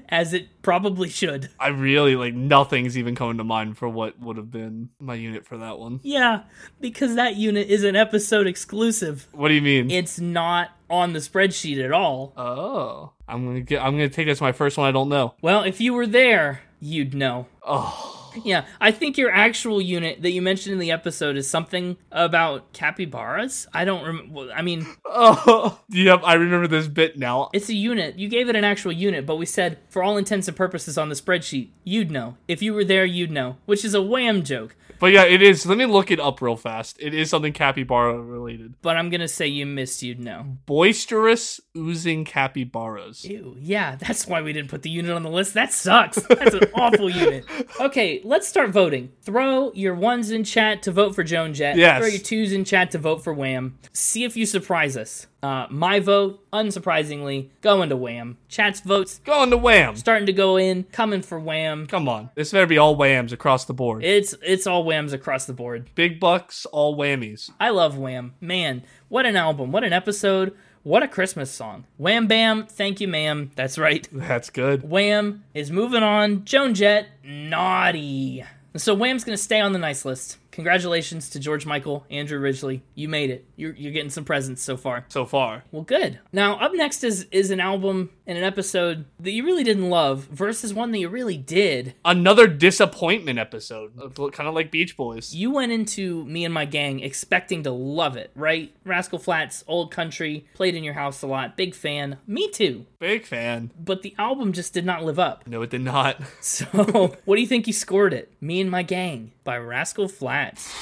A: As it probably should.
C: I really like nothing's even coming to mind for what would have been my unit for that one.
A: Yeah, because that unit is an episode exclusive.
C: What do you mean?
A: It's not on the spreadsheet at all.
C: oh. I'm gonna get I'm gonna take this my first one I don't know.
A: Well, if you were there, you'd know.
C: Oh
A: Yeah, I think your actual unit that you mentioned in the episode is something about capybaras. I don't remember. I mean,
C: Oh, yep. I remember this bit now.
A: it's a unit. You gave it an actual unit, but we said, for all intents and purposes on the spreadsheet, you'd know. If you were there, you'd know, which is a wham joke.
C: But yeah, it is. Let me look it up real fast. It is something capybara related.
A: But I'm going to say you missed, you'd know.
C: Boisterous oozing capybaras.
A: Ew, yeah, that's why we didn't put the unit on the list. That sucks. That's an awful unit. Okay, let's start voting. Throw your ones in chat to vote for Joan Jett.
C: Yes.
A: Throw your twos in chat to vote for Wham. See if you surprise us. Uh, my vote, unsurprisingly, going to Wham. Chat's votes
C: Go on to wham.
A: starting to go in, coming for Wham.
C: Come on. This better be all whams across the board.
A: It's it's all Whams across the board.
C: Big bucks, all whammies.
A: I love Wham. Man, what an album, what an episode, what a Christmas song. Wham bam, thank you, ma'am. That's right.
C: That's good.
A: Wham is moving on. Joan Jett, naughty. So Wham's going to stay on the nice list. Congratulations to George Michael, Andrew Ridgely. You made it. You're, you're getting some presents so far.
C: So far.
A: Well, good. Now, up next is is an album and an episode that you really didn't love versus one that you really did.
C: Another disappointment episode. Kind of like Beach Boys.
A: You went into me and my gang expecting to love it, right? Rascal Flats, old country, played in your house a lot, big fan. Me too.
C: Big fan.
A: But the album just did not live up.
C: No, it did not.
A: So, what do you think he scored it? Me and My Gang by Rascal Flats.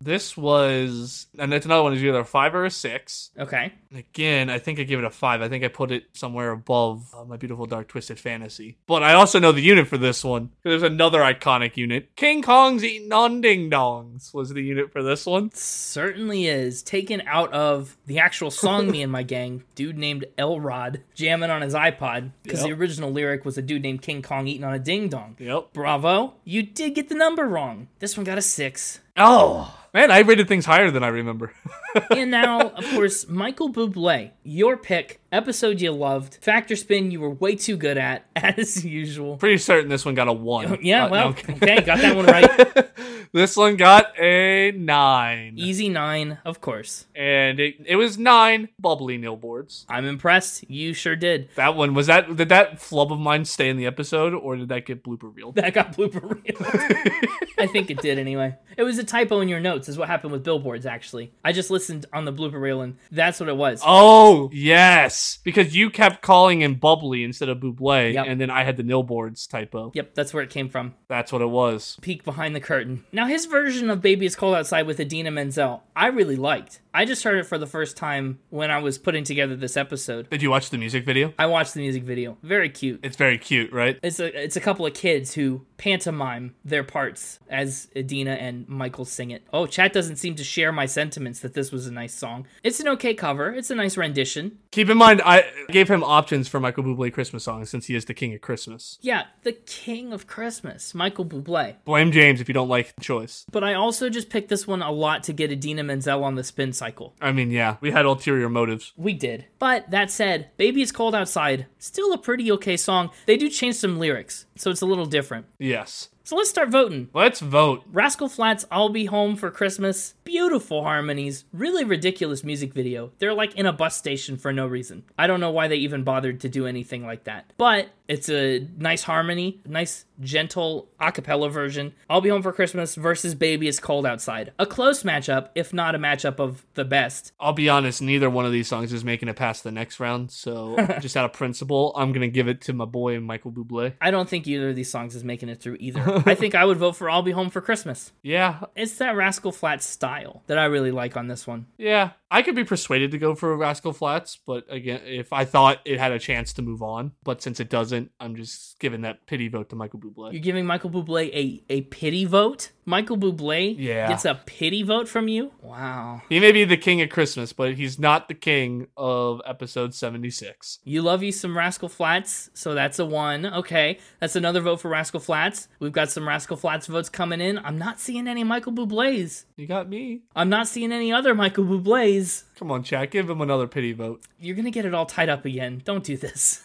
C: This was, and that's another one is either a five or a six.
A: Okay.
C: And again, I think I give it a five. I think I put it somewhere above uh, my beautiful dark twisted fantasy. But I also know the unit for this one. There's another iconic unit. King Kong's eating on ding dongs was the unit for this one.
A: Certainly is taken out of the actual song Me and My Gang, dude named Elrod jamming on his iPod because the
C: Yep.
A: original lyric was a dude named King Kong eating on a ding dong.
C: Yep.
A: Bravo. You did get the number wrong. This one got a six.
C: Oh man, I rated things higher than I remember.
A: and now, of course, Michael Bublé, your pick, episode you loved, factor spin you were way too good at, as usual.
C: Pretty certain this one got a one.
A: Yeah,
C: Uh, no,
A: well,
C: okay.
A: okay, got that one right.
C: this one got a nine,
A: Easy nine, of course.
C: and it, it was nine bubbly nil boards.
A: I'm impressed. You sure did.
C: That one was that. Did that flub of mine stay in the episode, or did that get blooper reeled?
A: That got blooper reel. I think it did anyway. It was a typo in your notes, is what happened with billboards, actually. I just listened on the blooper reel, and that's what it was.
C: Oh yes, because you kept calling him bubbly instead of buble,
A: Yep.
C: and then I had the nil boards typo.
A: Yep, that's where it came from.
C: That's what it was.
A: peek behind the curtain. Now, his version of Baby It's Cold Outside with Adina Menzel, I really liked. I just heard it for the first time when I was putting together this episode.
C: Did you watch the music video?
A: I watched the music video. Very cute.
C: It's very cute, right?
A: It's a, it's a couple of kids who pantomime their parts as Adina and Michael sing it. Oh, chat doesn't seem to share my sentiments that this was a nice song. It's an okay cover. It's a nice rendition.
C: Keep in mind, I gave him options for Michael Bublé Christmas songs since he is the king of Christmas.
A: Yeah, the king of Christmas, Michael Bublé.
C: Blame James if you don't like the choice.
A: But I also just picked this one a lot to get Adina Menzel on the spin cycle.
C: I mean, yeah, we had ulterior motives.
A: We did. But that said, Baby It's Cold Outside, still a pretty okay song. They do change some lyrics, so it's a little different.
C: Yes.
A: So let's start voting.
C: Let's vote.
A: Rascal Flats, I'll Be Home for Christmas. Beautiful harmonies, really ridiculous music video. They're like in a bus station for no reason. I don't know why they even bothered to do anything like that. But it's a nice harmony, nice gentle a cappella version. I'll Be Home for Christmas versus Baby It's Cold Outside. A close matchup, if not a matchup of the best.
C: I'll be honest, neither one of these songs is making it past the next round. So, just out of principle, I'm going to give it to my boy Michael Bublé.
A: I don't think either of these songs is making it through either. I think I would vote for I'll Be Home for Christmas.
C: Yeah,
A: It's that Rascal Flatts style that I really like on this one.
C: yeah. I could be persuaded to go for Rascal Flats, but again, if I thought it had a chance to move on, but since it doesn't, I'm just giving that pity vote to Michael Bublé.
A: You're giving Michael Bublé a, a pity vote? Michael Bublé
C: Yeah.
A: gets a pity vote from you? Wow.
C: He may be the king of Christmas, but he's not the king of episode 76.
A: You love you some Rascal Flats, so that's a one. Okay, that's another vote for Rascal Flats. We've got some Rascal Flats votes coming in. I'm not seeing any Michael Bublés.
C: You got me.
A: I'm not seeing any other Michael Bublés.
C: Come on, chat. Give him another pity vote.
A: you're gonna get it all tied up again. Don't do this.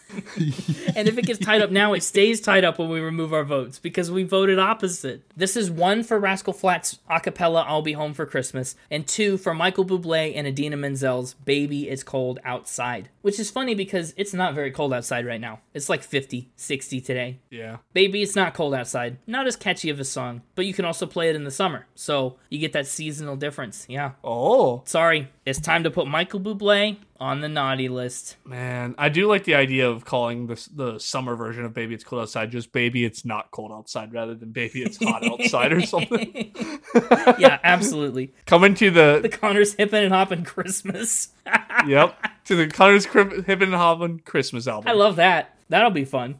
A: and if it gets tied up now, it stays tied up when we remove our votes because we voted opposite. This is one for Rascal Flats acapella "I'll Be Home for Christmas" and two for Michael Bublé and Adina Menzel's "Baby It's Cold Outside," which is funny because it's not very cold outside right now. It's like 50, 60 today.
C: Yeah.
A: Baby, it's not cold outside. Not as catchy of a song, but you can also play it in the summer, so you get that seasonal difference. Yeah.
C: Oh.
A: Sorry, it's time to put Michael Bublé on the naughty list.
C: Man, I do like the idea of calling this the summer version of "Baby It's Cold Outside" just "Baby It's Not Cold Outside" rather than "Baby It's Hot Outside" or something.
A: yeah, absolutely.
C: Coming to
A: The
C: the
A: Connors hippin' and hoppin' Christmas. I
C: yep to the Connors Cri- Hip and Hobbin Christmas album.
A: love that. That'll be fun.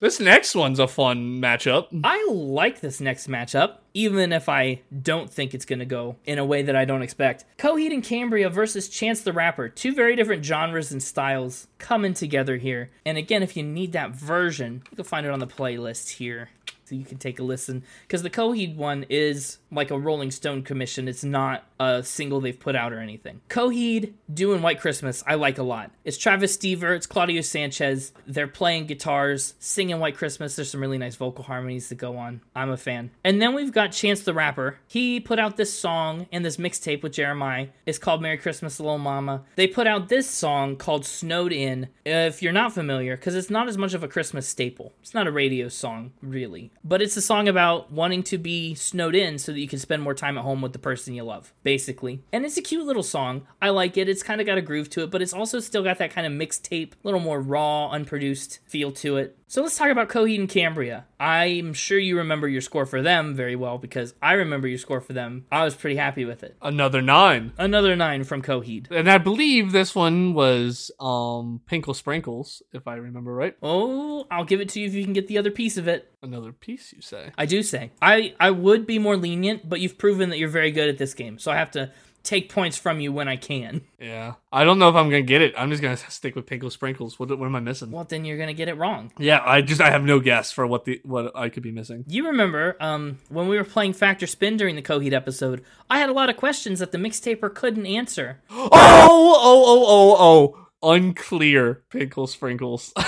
C: this next one's a fun matchup.
A: I like this next matchup, even if I don't think it's going to go in a way that I don't expect. Coheed and Cambria versus Chance the Rapper. Two very different genres and styles coming together here. And again, if you need that version, you can find it on the playlist here. So you can take a listen. Because the Coheed one is like a Rolling Stone commission. It's not a single they've put out or anything. Coheed doing White Christmas, I like a lot. It's Travis Stever, it's Claudio Sanchez. They're playing guitars, singing White Christmas. There's some really nice vocal harmonies that go on. I'm a fan. And then we've got Chance the Rapper. He put out this song and this mixtape with Jeremiah. It's called Merry Christmas, Little Mama. They put out this song called Snowed In. If you're not familiar, because it's not as much of a Christmas staple, it's not a radio song, really. But it's a song about wanting to be snowed in so that you can spend more time at home with the person you love, basically. And it's a cute little song. I like it. It's kind of got a groove to it, but it's also still got that kind of mixtape, little more raw, unproduced feel to it. So let's talk about Coheed and Cambria. I'm sure you remember your score for them very well because I remember your score for them. I was pretty happy with it.
C: Another nine.
A: Another nine from Coheed.
C: And I believe this one was um Pinkle Sprinkles, if I remember right.
A: Oh, I'll give it to you if you can get the other piece of it.
C: Another piece, you say.
A: I do say. I, I would be more lenient, but you've proven that you're very good at this game, so I have to take points from you when I can.
C: Yeah. I don't know if I'm gonna get it. I'm just gonna stick with Pinkle Sprinkles. What, what am I missing?
A: Well, then you're going to get it wrong.
C: Yeah, I just I have no guess for what the what I could be missing.
A: You remember um, when we were playing Factor Spin during the Coheed episode, I had a lot of questions that the mixtaper couldn't answer.
C: Oh, oh, oh, oh, oh. Unclear pinkle sprinkles.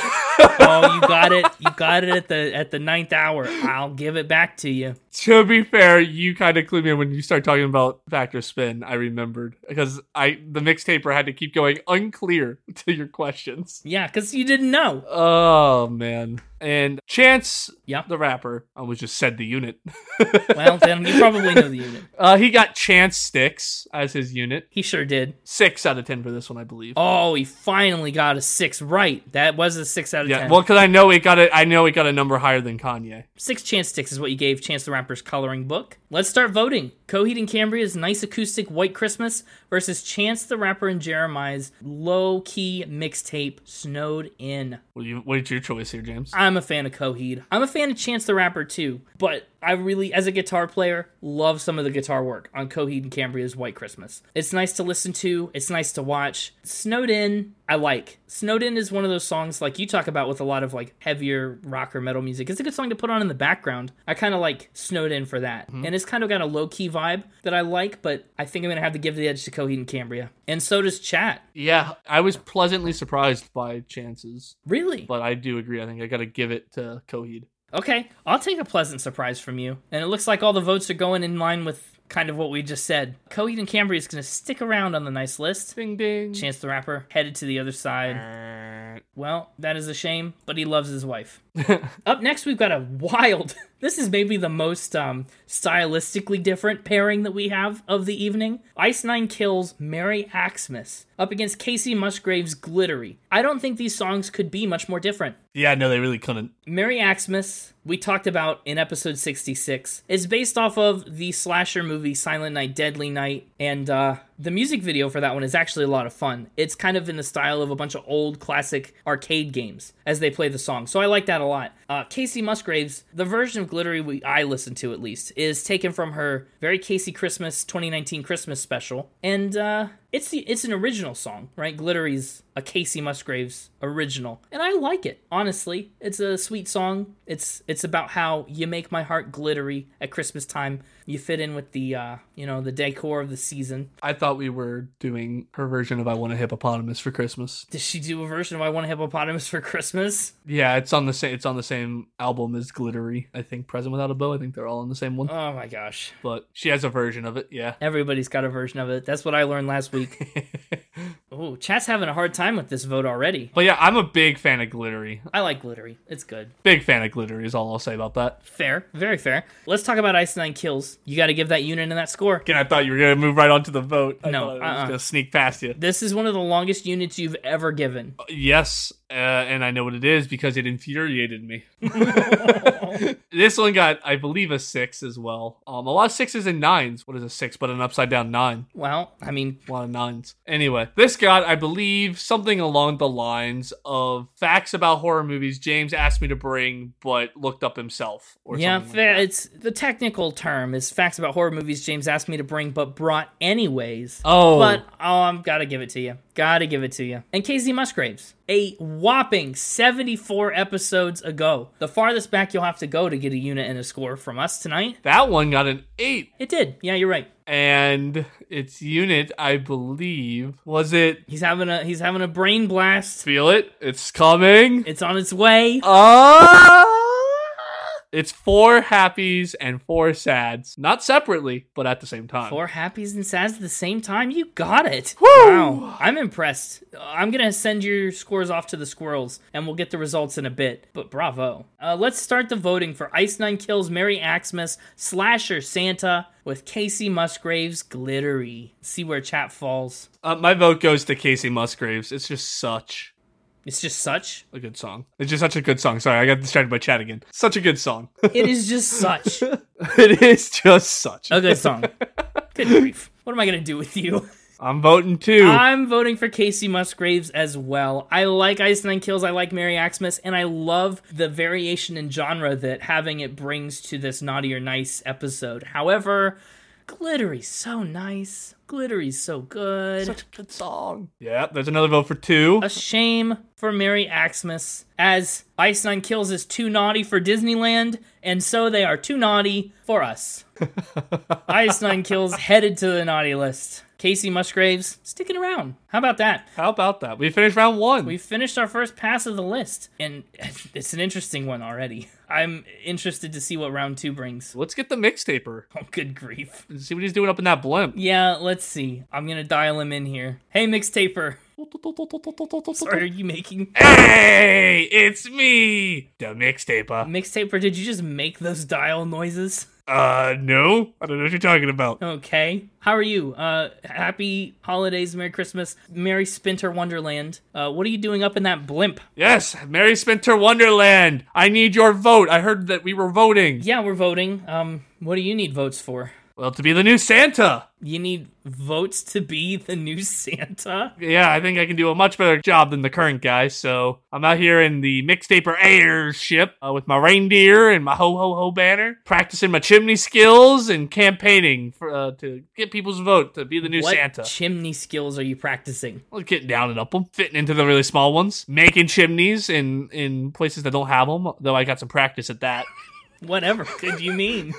A: Oh, you got it. You got it at the at the ninth hour. I'll give it back to you.
C: to be fair, you kind of clued me in when you started talking about factor spin. I remembered because I the mixtaper had to keep going unclear to your questions.
A: Yeah, because you didn't know.
C: Oh man! And Chance,
A: Yeah.
C: the rapper, I was just said the unit.
A: Well, then you probably know the unit.
C: uh, he got Chance sticks as his unit.
A: He sure did.
C: Six out of ten for this one, I believe.
A: Oh, he finally got a six right. That was a six out of
C: Yeah,
A: ten.
C: well, because I know it got a, I know it got a number higher than Kanye.
A: Six chance sticks is what you gave Chance the Rapper's coloring book. Let's start voting. Coheed and Cambria's nice acoustic White Christmas versus Chance the Rapper and Jeremiah's low key mixtape Snowed In.
C: What, do you, what is your choice here, James?
A: I'm a fan of Coheed. I'm a fan of Chance the Rapper too, but I really, as a guitar player, love some of the guitar work on Coheed and Cambria's White Christmas. It's nice to listen to, it's nice to watch. Snowed In, I like. Snowed In is one of those songs like you talk about with a lot of like heavier rock or metal music. It's a good song to put on in the background. I kind of like Snowed In for that. And it's kind of got a low key vibe that I like, but I think I'm going to have to give the edge to Coheed and Cambria. And so does Chat.
C: Yeah, I was pleasantly surprised by chances,
A: Really?
C: but I do agree. I think I got to give it to Coheed.
A: Okay, I'll take a pleasant surprise from you. And it looks like all the votes are going in line with kind of what we just said. Coheed and Cambria is going to stick around on the nice list.
C: Ding ding.
A: Chance the Rapper headed to the other side. Well, that is a shame, but he loves his wife. Up next, we've got a wild. This is maybe the most um, stylistically different pairing that we have of the evening. Ice Nine Kills Mary Axmas up against Casey Musgrave's Glittery. I don't think these songs could be much more different.
C: yeah, no, they really couldn't.
A: Mary Axmas, we talked about in episode 66, is based off of the slasher movie Silent Night, Deadly Night. And uh, the music video for that one is actually a lot of fun. It's kind of in the style of a bunch of old classic arcade games as they play the song. So I like that a lot. Uh, Casey Musgraves, the version of Glittery we, I listened to at least, is taken from her very Casey Christmas 2019 Christmas special. And uh, it's the, it's an original song, right? Glittery's a Casey Musgraves original, and I like it. Honestly, it's a sweet song. It's it's about how you make my heart glittery at Christmas time. You fit in with the uh, you know the decor of the season.
C: I thought we were doing her version of "I Want a Hippopotamus for Christmas."
A: Does she do a version of "I Want a Hippopotamus for Christmas"?
C: Yeah, it's on the same. It's on the same album as "Glittery." I think "Present Without a Bow." I think they're all on the same one.
A: Oh my gosh,
C: but she has a version of it. Yeah.
A: everybody's got a version of it. That's what I learned last week. oh, chat's having a hard time with this vote already.
C: But yeah, I'm a big fan of "Glittery."
A: I like glittery. It's good.
C: Big fan of "Glittery" is all I'll say about that.
A: Fair, very fair. Let's talk about Ice Nine Kills. You got to give that unit and that score.
C: Again, I thought you were gonna move right on to the vote. I
A: No,
C: thought I was
A: uh-uh.
C: gonna sneak past you.
A: This is one of the longest units you've ever given.
C: Yes, uh, and I know what it is because it infuriated me. this one got, I believe, a six as well. Um, a lot of sixes and nines. What is a six but an upside down nine?
A: Well, I mean,
C: A lot of nines. Anyway, this got, I believe, something along the lines of facts about horror movies James asked me to bring, but looked up himself. Or
A: yeah,
C: something like
A: fa-
C: that.
A: it's the technical term is facts about horror movies James asked me to bring, but brought anyways.
C: Oh,
A: But oh, I'm gotta give it to you. Gotta give it to you. And Casey Musgraves, a whopping 74 episodes ago, the farthest back you'll have to go to get a unit and a score from us tonight.
C: that one got an eight,
A: It did. Yeah, you're right.
C: and its unit, I believe, was it.
A: He's having a he's having a brain blast.
C: Feel it? It's coming.
A: It's on its way.
C: Uh, it's four happies and four sads, not separately, but at the same time.
A: Four happies and sads at the same time? You got it. Wow. I'm impressed. Uh, I'm going to send your scores off to the squirrels and we'll get the results in a bit. But bravo. Uh, let's start the voting for Ice Nine Kills Mary Axmas Slasher Santa with Casey Musgraves Glittery. See where chat falls.
C: Uh, my vote goes to Casey Musgraves. It's just such.
A: It's just such.
C: A good song. It's just such a good song. Sorry, I got distracted by chat again. Such a good song.
A: It is just such
C: it is just such.
A: a good song. Good grief. What am I gonna do with you?
C: I'm voting too.
A: I'm voting for Casey Musgraves as well. I like Ice Nine Kills, I like Mary Axmas, and I love the variation in genre that having it brings to this naughty or nice episode. However, glittery's so nice. Glittery's so good.
C: such a good song. Yeah, there's another vote for two.
A: a shame for Mary Axmas, as Ice Nine Kills is too naughty for Disneyland, and so they are too naughty for us. Ice Nine Kills headed to the naughty list. Casey Musgraves sticking around. How about that?
C: How about that? We finished round one.
A: We've finished our first pass of the list, and it's an interesting one already. I'm interested to see what round two brings.
C: Let's get the mixtaper.
A: Oh, good grief.
C: See what he's doing up in that blimp.
A: Yeah, let's see. I'm gonna dial him in here. Hey, mixtaper, what are you making?
C: Hey, it's me, the mixtaper.
A: Mixtaper, did you just make those dial noises?
C: Uh, no, I don't know what you're talking about.
A: Okay. How are you? Uh, happy holidays, Merry Christmas, Merry Spinter Wonderland. Uh, what are you doing up in that blimp?
C: Yes, Mary Spinter Wonderland. I need your vote. I heard that we were voting.
A: Yeah, we're voting. Um, what do you need votes for?
C: Well, to be the new Santa.
A: You need votes to be the new Santa?
C: Yeah, I think I can do a much better job than the current guy. So I'm out here in the mixtaper airship uh, with my reindeer and my ho ho ho banner, practicing my chimney skills and campaigning for, uh, to get people's vote to be the new
A: what
C: Santa.
A: chimney skills are you practicing?
C: Well, getting down and up them, fitting into the really small ones, making chimneys in in places that don't have them. Though I got some practice at that.
A: Whatever did you mean?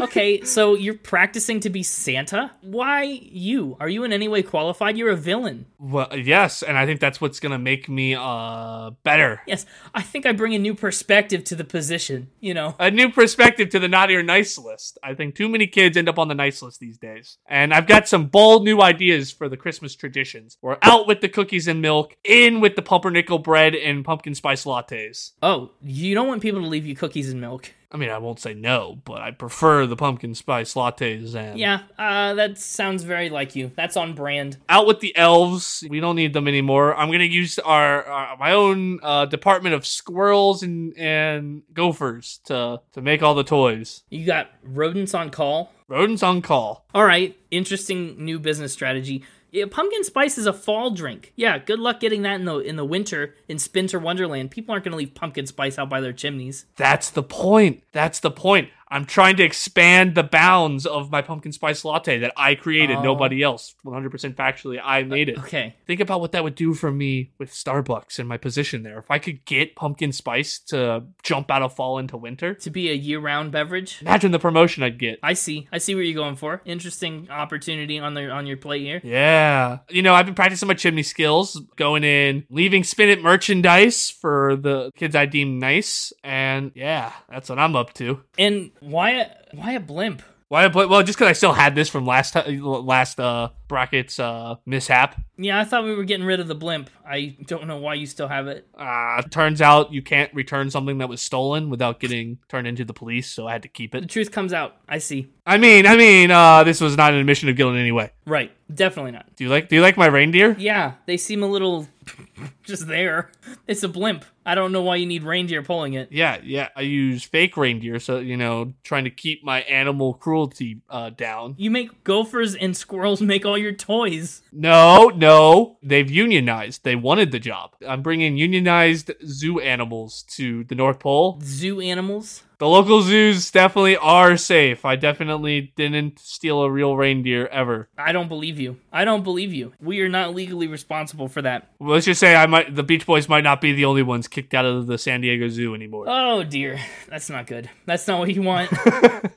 A: okay, so you're practicing to be Santa? Why you? Are you in any way qualified? You're a villain.
C: Well, yes, and I think that's what's gonna make me uh better.
A: Yes, I think I bring a new perspective to the position, you know.
C: A new perspective to the naughty or nice list. I think too many kids end up on the nice list these days. And I've got some bold new ideas for the Christmas traditions. We're out with the cookies and milk, in with the pumpernickel bread and pumpkin spice lattes.
A: Oh, you don't want people to leave you cookies and milk.
C: I mean, I won't say no, but I prefer the pumpkin spice lattes and
A: Yeah, uh, that sounds very like you. That's on brand.
C: out with the elves. We don't need them anymore. I'm gonna use our, our my own uh, department of squirrels and and gophers to to make all the toys.
A: You got rodents on call.
C: Rodents on call.
A: All right, interesting new business strategy. Yeah, pumpkin spice is a fall drink. Yeah, good luck getting that in the in the winter in Spinter Wonderland. People aren't going to leave pumpkin spice out by their chimneys.
C: That's the point. That's the point. I'm trying to expand the bounds of my pumpkin spice latte that I created.
A: Oh. Uh,
C: Nobody else. 100% factually, I made it.
A: Okay.
C: Think about what that would do for me with Starbucks and my position there. If I could get pumpkin spice to jump out of fall into winter,
A: To be a year-round beverage?
C: imagine the promotion I'd get.
A: I see. I see where you're going for. Interesting opportunity on the on your plate here.
C: Yeah. You know, I've been practicing my chimney skills, going in, leaving spin it merchandise for the kids I deem nice. And yeah, that's what I'm up to.
A: And why a, why a blimp?
C: Why? But, well, just because I still had this from last ti- last uh brackets uh mishap.
A: Yeah, I thought we were getting rid of the blimp. I don't know why you still have it.
C: Uh, turns out you can't return something that was stolen without getting turned into the police, so I had to keep
A: The
C: it.
A: truth comes out. I see.
C: I mean, I mean, uh, this was not an admission of guilt in any way.
A: Right. Definitely not.
C: Do you like? Do you like my reindeer?
A: Yeah, they seem a little just there. It's a blimp. I don't know why you need reindeer pulling it.
C: Yeah, yeah. I use fake reindeer, so you know, trying to keep my animal cruelty uh, down.
A: You make gophers and squirrels make all your toys.
C: No, no, they've unionized. They wanted the job. I'm bringing unionized zoo animals to the North Pole.
A: Zoo animals?
C: The local zoos definitely are safe. I definitely didn't steal a real reindeer ever.
A: I don't believe you. I don't believe you. We are not legally responsible for that.
C: Well, Let's just say I might. The Beach Boys might not be the only ones kicked out of the San Diego Zoo anymore.
A: Oh dear. That's not good. That's not what you want.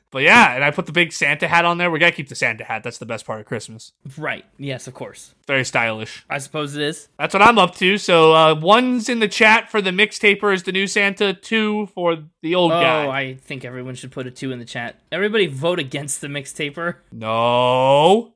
C: But yeah, and I put the big Santa hat on there. We gotta keep the Santa hat. That's the best part of Christmas.
A: right. Yes, of course.
C: Very stylish.
A: I suppose it is.
C: That's what I'm up to. So uh, one's in the chat for the mixtaper is the new Santa. Two for the old
A: Oh,
C: guy.
A: I think everyone should put a two in the chat. Everybody vote against the mixtaper.
C: No.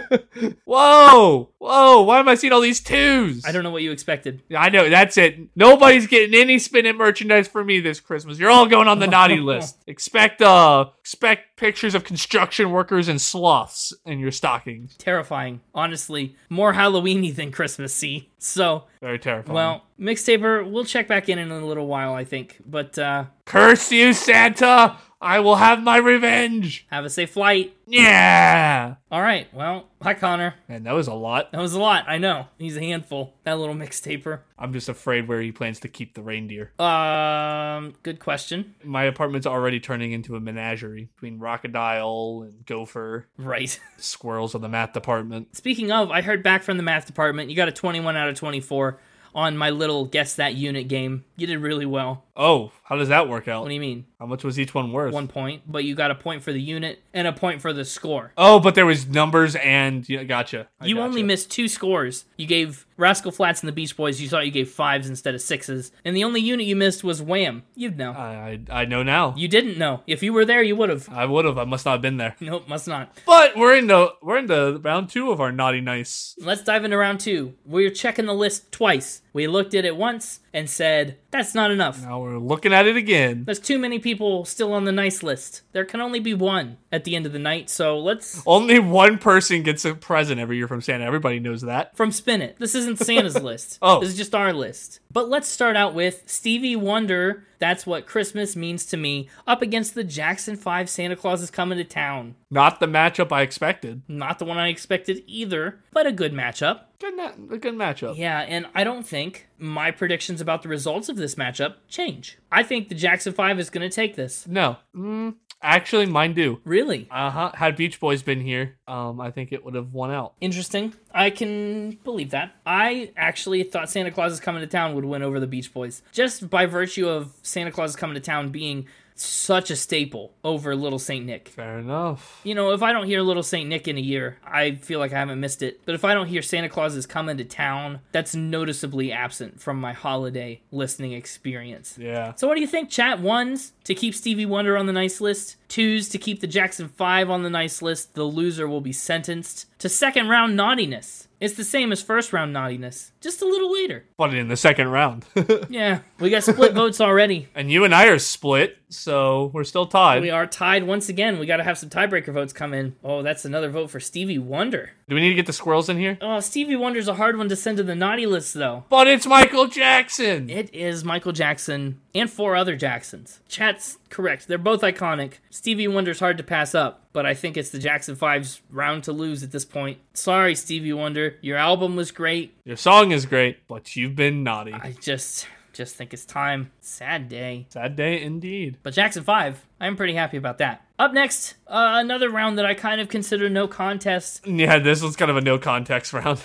C: whoa, whoa! Why am I seeing all these twos?
A: I don't know what you expected.
C: I know that's it. Nobody's getting any spin at merchandise for me this Christmas. You're all going on the naughty list. Expect uh expect pictures of construction workers and sloths in your stockings.
A: Terrifying. Honestly, more Halloweeny than Christmas, see? So,
C: Very terrifying.
A: well, mixtaper, we'll check back in in a little while, I think. But uh,
C: curse you, Santa! I will have my revenge.
A: have a safe flight.
C: Yeah.
A: All right. Well, hi, Connor.
C: Man, that was a lot.
A: That was a lot. I know. He's a handful. That little mixtaper.
C: I'm just afraid where he plans to keep the reindeer.
A: Um, good question.
C: My apartment's already turning into a menagerie between crocodile and gopher,
A: Right.
C: squirrels of the math department.
A: Speaking of, I heard back from the math department. You got a 21 out of 24 on my little guess that unit game. You did really well.
C: Oh, how does that work
A: What
C: out?
A: do you mean?
C: How much was each one worth?
A: One point, but you got a point for the unit and a point for the score.
C: Oh, but there was numbers and yeah, gotcha. I
A: you
C: gotcha.
A: only missed two scores. You gave Rascal Flats and the Beach Boys. You thought you gave fives instead of sixes, and the only unit you missed was Wham. You'd know.
C: I I, I know now.
A: you didn't know. If you were there, you would have.
C: I would have. I must not have been there.
A: Nope, must not.
C: But we're into we're into round two of our naughty nice.
A: Let's dive into round two. We're checking the list twice. We looked at it once and said, that's not enough.
C: Now we're looking at it again.
A: There's too many people still on the nice list. There can only be one at the end of the night, so let's.
C: Only one person gets a present every year from Santa. Everybody knows that.
A: From Spin It. This isn't Santa's list.
C: Oh.
A: This is just our list. But let's start out with Stevie Wonder, That's What Christmas Means to Me, up against the Jackson 5 Santa Claus is Coming to Town.
C: Not the matchup I expected.
A: Not the one I expected either, but a good matchup.
C: Good, na- a good matchup.
A: Yeah, and I don't think my predictions about the results of this matchup change. I think the Jackson 5 is going to take this.
C: No, mm, actually, mine do.
A: Really?
C: Uh huh. Had Beach Boys been here, um, I think it would have won out.
A: Interesting. I can believe that. I actually thought Santa Claus is Coming to Town would win over the Beach Boys just by virtue of Santa Claus is Coming to Town being such a staple over Little Saint Nick.
C: Fair enough.
A: You know, if I don't hear Little Saint Nick in a year, I feel like I haven't missed it. But if I don't hear Santa Claus is Coming to Town, that's noticeably absent from my holiday listening experience.
C: Yeah.
A: So what do you think, chat? Ones to keep Stevie Wonder on the nice list, twos to keep the Jackson 5 on the nice list. The loser will be sentenced to second round naughtiness. It's the same as first round naughtiness, just a little later.
C: But in the second round.
A: Yeah, we got split votes already.
C: and you and I are split, so we're still tied.
A: We are tied once again. We got to have some tiebreaker votes come in. Oh, that's another vote for Stevie Wonder.
C: Do we need to get the squirrels in here?
A: Oh, Stevie Wonder's a hard one to send to the naughty list, though.
C: But it's Michael Jackson.
A: It is Michael Jackson and four other Jacksons. Chat's correct. They're both iconic. Stevie Wonder's hard to pass up, but I think it's the Jackson 5's round to lose at this point. Sorry, Stevie Wonder. Your album was great.
C: Your song is great, but you've been naughty.
A: I just just think it's time. Sad day.
C: Sad day indeed.
A: But Jackson 5, I'm pretty happy about that. Up next, uh, another round that I kind of consider no contest.
C: Yeah, this was kind of a no context round.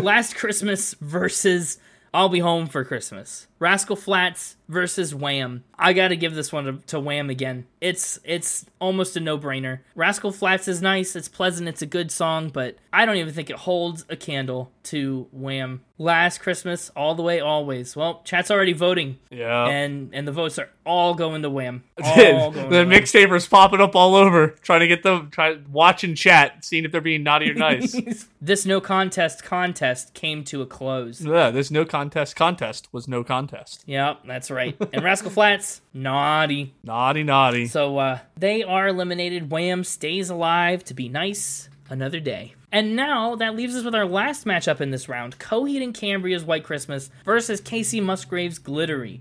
A: Last Christmas versus I'll Be Home for Christmas. Rascal Flats versus Wham. I gotta give this one to, to Wham again. It's it's almost a no brainer. Rascal Flats is nice, it's pleasant, it's a good song, but I don't even think it holds a candle to Wham. Last Christmas, all the way, always. Well, chat's already voting,
C: yeah.
A: and and the votes are all going to Wham. All going to
C: the
A: Wham.
C: mixtapers popping up all over, trying to get them, try watching chat, seeing if they're being naughty or nice.
A: This no contest contest came to a close.
C: yeah, this no contest contest was no contest.
A: Yep, that's right. And Rascal Flats, naughty.
C: Naughty, naughty.
A: So uh, they are eliminated. Wham stays alive to be nice another day. And now that leaves us with our last matchup in this round Coheed and Cambria's White Christmas versus Casey Musgrave's Glittery.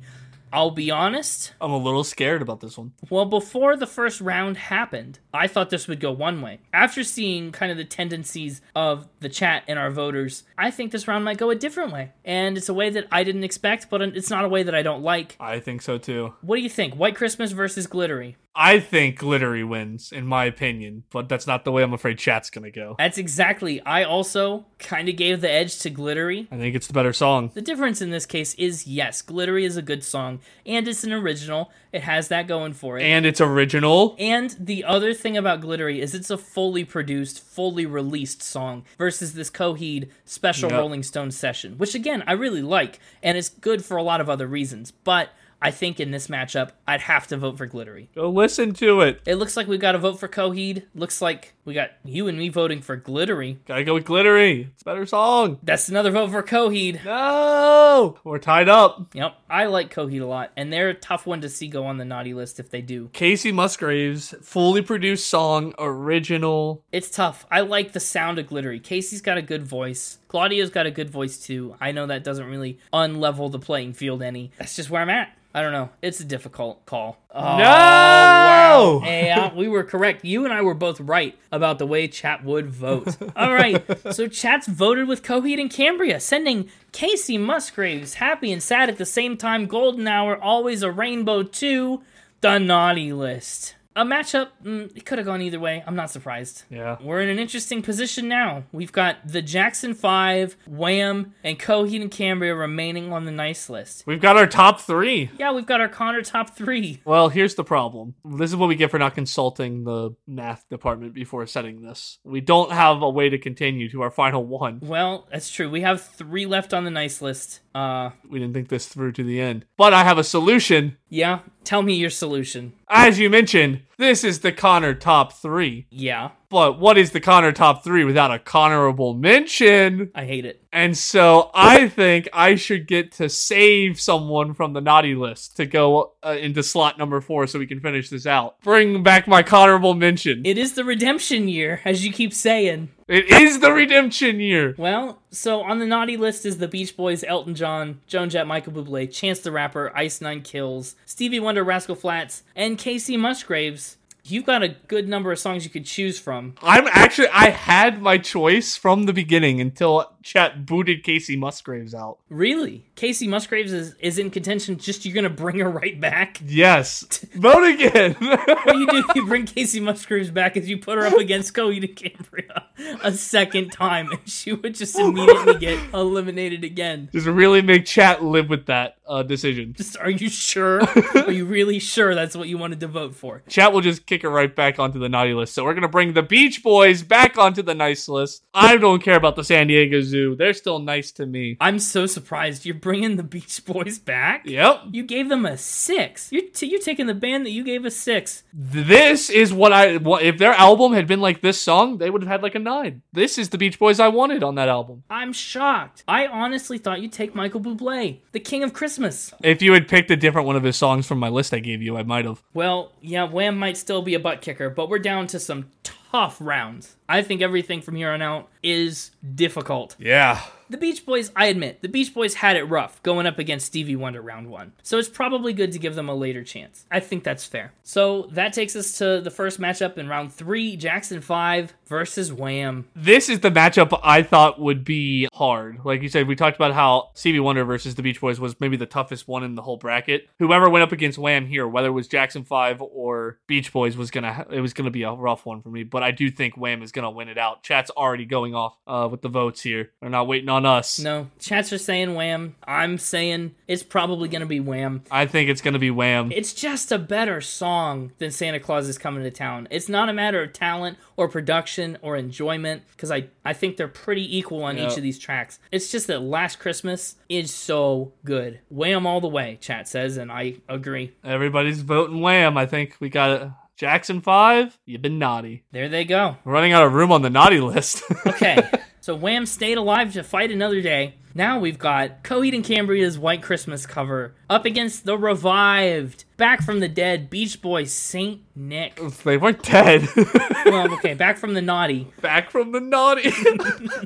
A: I'll be honest.
C: I'm a little scared about this one.
A: Well, before the first round happened, I thought this would go one way. After seeing kind of the tendencies of the chat and our voters, I think this round might go a different way. And it's a way that I didn't expect, but it's not a way that I don't like.
C: I think so too.
A: What do you think? White Christmas versus Glittery.
C: I think glittery wins, in my opinion, but that's not the way I'm afraid chat's gonna go.
A: That's exactly. I also kind of gave the edge to Glittery.
C: I think it's the better song.
A: The difference in this case is yes, Glittery is a good song and it's an original. It has that going for it.
C: And it's original.
A: And the other thing about Glittery is it's a fully produced, fully released song versus this Coheed special
C: Yep.
A: Rolling Stones session, which again, I really like and it's good for a lot of other reasons. But I think in this matchup, I'd have to vote for Glittery.
C: Go listen to it.
A: It looks like we've got to vote for Coheed. Looks like we got you and me voting for Glittery.
C: Gotta go with glittery. It's a better song.
A: That's another vote for Coheed.
C: No, we're tied up.
A: Yep, I like Coheed a lot, and they're a tough one to see go on the naughty list if they do.
C: Casey Musgraves, fully produced song, original.
A: It's tough. I like the sound of Glittery. Casey's got a good voice. Claudia's got a good voice too. I know that doesn't really unlevel the playing field any. That's just where I'm at. I don't know. It's a difficult call. Oh,
C: No! Oh,
A: wow. Yeah, uh, we were correct. You and I were both right about the way chat would vote. All right. So chat's voted with Coheed and Cambria, sending Casey Musgraves happy and sad at the same time. Golden Hour, always a rainbow too. The naughty list. A matchup, mm, it could have gone either way. I'm not surprised.
C: Yeah.
A: We're in an interesting position now. We've got the Jackson 5, Wham, and Coheed and Cambria remaining on the nice list.
C: We've got our top three.
A: Yeah, we've got our Connor top three.
C: Well, here's the problem. This is what we get for not consulting the math department before setting this. We don't have a way to continue to our final one.
A: Well, that's true. We have three left on the nice list. Uh,
C: We didn't think this through to the end. But I have a solution.
A: yeah, tell me your solution.
C: As you mentioned, this is the Connor top three.
A: Yeah,
C: But what is the Connor top three without a Connorable mention?
A: I hate it.
C: And so I think I should get to save someone from the naughty list to go uh, into slot number four so we can finish this out. Bring back my Connorable mention.
A: It is the redemption year, as you keep saying.
C: it is the redemption year.
A: Well, so on the naughty list is the Beach Boys, Elton John, Joan Jett, Michael Bublé, Chance the Rapper, Ice Nine Kills, Stevie Wonder, Rascal Flats, and Casey Musgraves. You've got a good number of songs you could choose from.
C: I'm actually I had my choice from the beginning until chat booted Casey Musgraves out.
A: Really? Casey Musgraves is, is in contention, just you're gonna bring her right back?
C: Yes. Vote again.
A: What you do, you bring Casey Musgraves back is you put her up against Coheed and Cambria a second time, and she would just immediately get eliminated again.
C: Just really make chat live with that uh, decision.
A: Just, are you sure? Are you really sure that's what you wanted to vote for?
C: Chat will just kick it right back onto the naughty list. So we're gonna bring the Beach Boys back onto the nice list. I don't care about the San Diego Zoo. They're still nice to me.
A: I'm so surprised you're bringing the Beach Boys back.
C: Yep.
A: You gave them a six. You're, t- you're taking the band that you gave a six.
C: This is what I. What, if their album had been like this song, they would have had like a nine. This is the Beach Boys I wanted on that album.
A: I'm shocked. I honestly thought you'd take Michael Bublé, the king of Christmas.
C: If you had picked a different one of his songs from my list I gave you, I might have.
A: Well, yeah, Wham might still be a butt kicker, but we're down to some tough rounds. I think everything from here on out is difficult.
C: Yeah.
A: The Beach Boys, I admit, the Beach Boys had it rough going up against Stevie Wonder round one. So it's probably good to give them a later chance. I think that's fair. So that takes us to the first matchup in round three Jackson 5 versus Wham.
C: This is the matchup I thought would be hard. Like you said, we talked about how Stevie Wonder versus the Beach Boys was maybe the toughest one in the whole bracket. Whoever went up against Wham here, whether it was Jackson 5 or Beach Boys was going to it was going to be a rough one for me, but I do think Wham is going to win it out. Chat's already going off uh, with the votes here. They're not waiting on us.
A: No, chats are saying Wham. I'm saying it's probably going to be Wham.
C: I think it's going to be Wham.
A: It's just a better song than Santa Claus is Coming to Town. It's not a matter of talent or production or enjoyment because I, I think they're pretty equal on each
C: Yeah.
A: of these tracks. It's just that Last Christmas is so good. Wham all the way, chat says, and I agree.
C: Everybody's voting Wham. I think we got it. Jackson 5, you've been naughty.
A: There they go.
C: We're running out of room on the naughty list.
A: Okay. so Wham stayed alive to fight another day. Now we've got Coheed and Cambria's White Christmas cover up against the revived, back from the dead Beach Boy Saint Nick.
C: they weren't dead.
A: well, okay, back from the naughty.
C: Back from the naughty.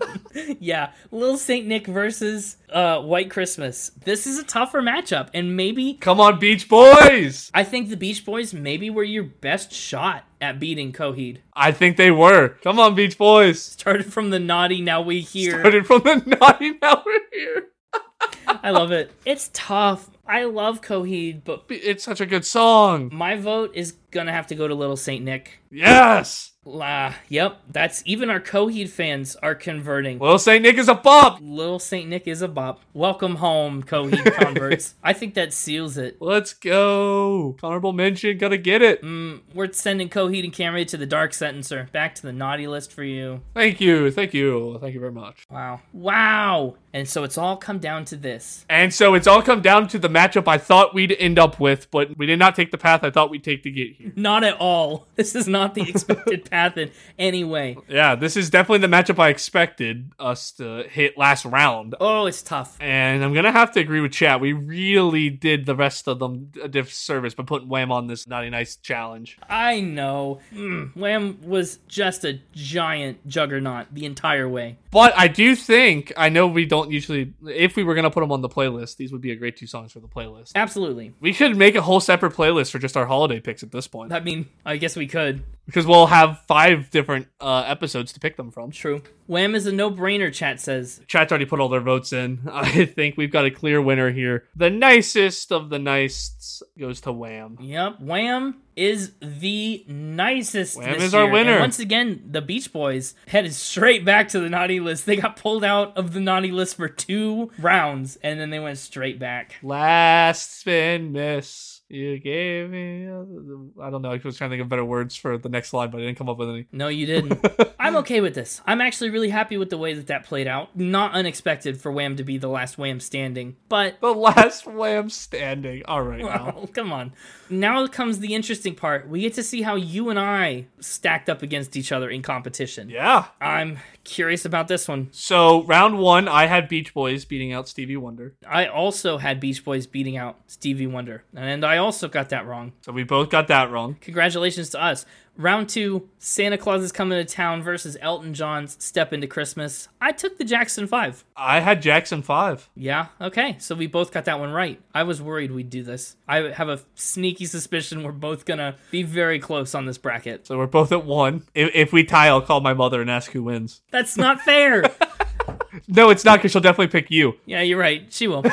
A: Yeah, Little Saint Nick versus uh, White Christmas. This is a tougher matchup, and maybe
C: Come on, Beach Boys.
A: I think the Beach Boys maybe were your best shot at beating Coheed.
C: I think they were. Come on, Beach Boys.
A: Started from the naughty, now we hear.
C: Started from the naughty, now we're here.
A: I love it. It's tough. I love Coheed, but
C: It's such a good song.
A: my vote is gonna have to go to Little Saint Nick.
C: Yes.
A: La, yep, that's even our Coheed fans are converting.
C: Little Saint Nick is a bop.
A: Little Saint Nick is a bop. Welcome home, Coheed converts. I think that seals it.
C: Let's go. Honorable mention. Gotta get it.
A: We're sending Coheed and Camry to the dark sentencer. Back to the naughty list for you.
C: Thank you. Thank you. Thank you very much.
A: Wow. Wow. And so it's all come down to this. Yes.
C: And so it's all come down to the matchup I thought we'd end up with, but we did not take the path I thought we'd take to get here.
A: Not at all. This is not the expected path in any way.
C: Yeah, this is definitely the matchup I expected us to hit last round.
A: Oh, it's tough.
C: And I'm gonna have to agree with Chat. We really did the rest of them a disservice by putting Wham on this naughty nice challenge.
A: I know. Mm, Wham was just a giant juggernaut the entire way.
C: But I do think I know we don't usually. If we were gonna put them on the playlist, these would be a great two songs for the playlist.
A: Absolutely.
C: We should make a whole separate playlist for just our holiday picks at this point
A: I mean, I guess we could.
C: because we'll have five different uh, episodes to pick them from.
A: True. Wham is a no brainer, chat says.
C: Chat's already put all their votes in. I think we've got a clear winner here. The nicest of the nicests goes to Wham.
A: Yep. Wham is the nicest.
C: Wham
A: this
C: is our
A: year.
C: winner.
A: And once again, the Beach Boys headed straight back to the naughty list. They got pulled out of the naughty list for two rounds, and then they went straight back.
C: Last spin miss. You gave me. I don't know. I was trying to think of better words for the next line, but I didn't come up with any.
A: No, you didn't. I'm okay with this. I'm actually really happy with the way that that played out. Not unexpected for Wham to be the last Wham standing, but
C: The last Wham standing. All right. Now.
A: Oh, come on. Now comes the interesting part. We get to see how you and I stacked up against each other in competition.
C: Yeah.
A: I'm curious about this one.
C: So round one, I had Beach Boys beating out Stevie Wonder.
A: I also had Beach Boys beating out Stevie Wonder, and I also got that wrong.
C: So we both got that wrong.
A: Congratulations to us. Round two Santa Claus is Coming to Town versus Elton John's Step Into Christmas. I took the Jackson 5.
C: I had Jackson Five.
A: Yeah, okay. So we both got that one right. I was worried we'd do this. I have a sneaky suspicion we're both gonna be very close on this bracket.
C: So we're both at one. If, if we tie, I'll call my mother and ask who wins.
A: That's not fair.
C: No, it's not because she'll definitely pick you.
A: yeah, you're right. She will.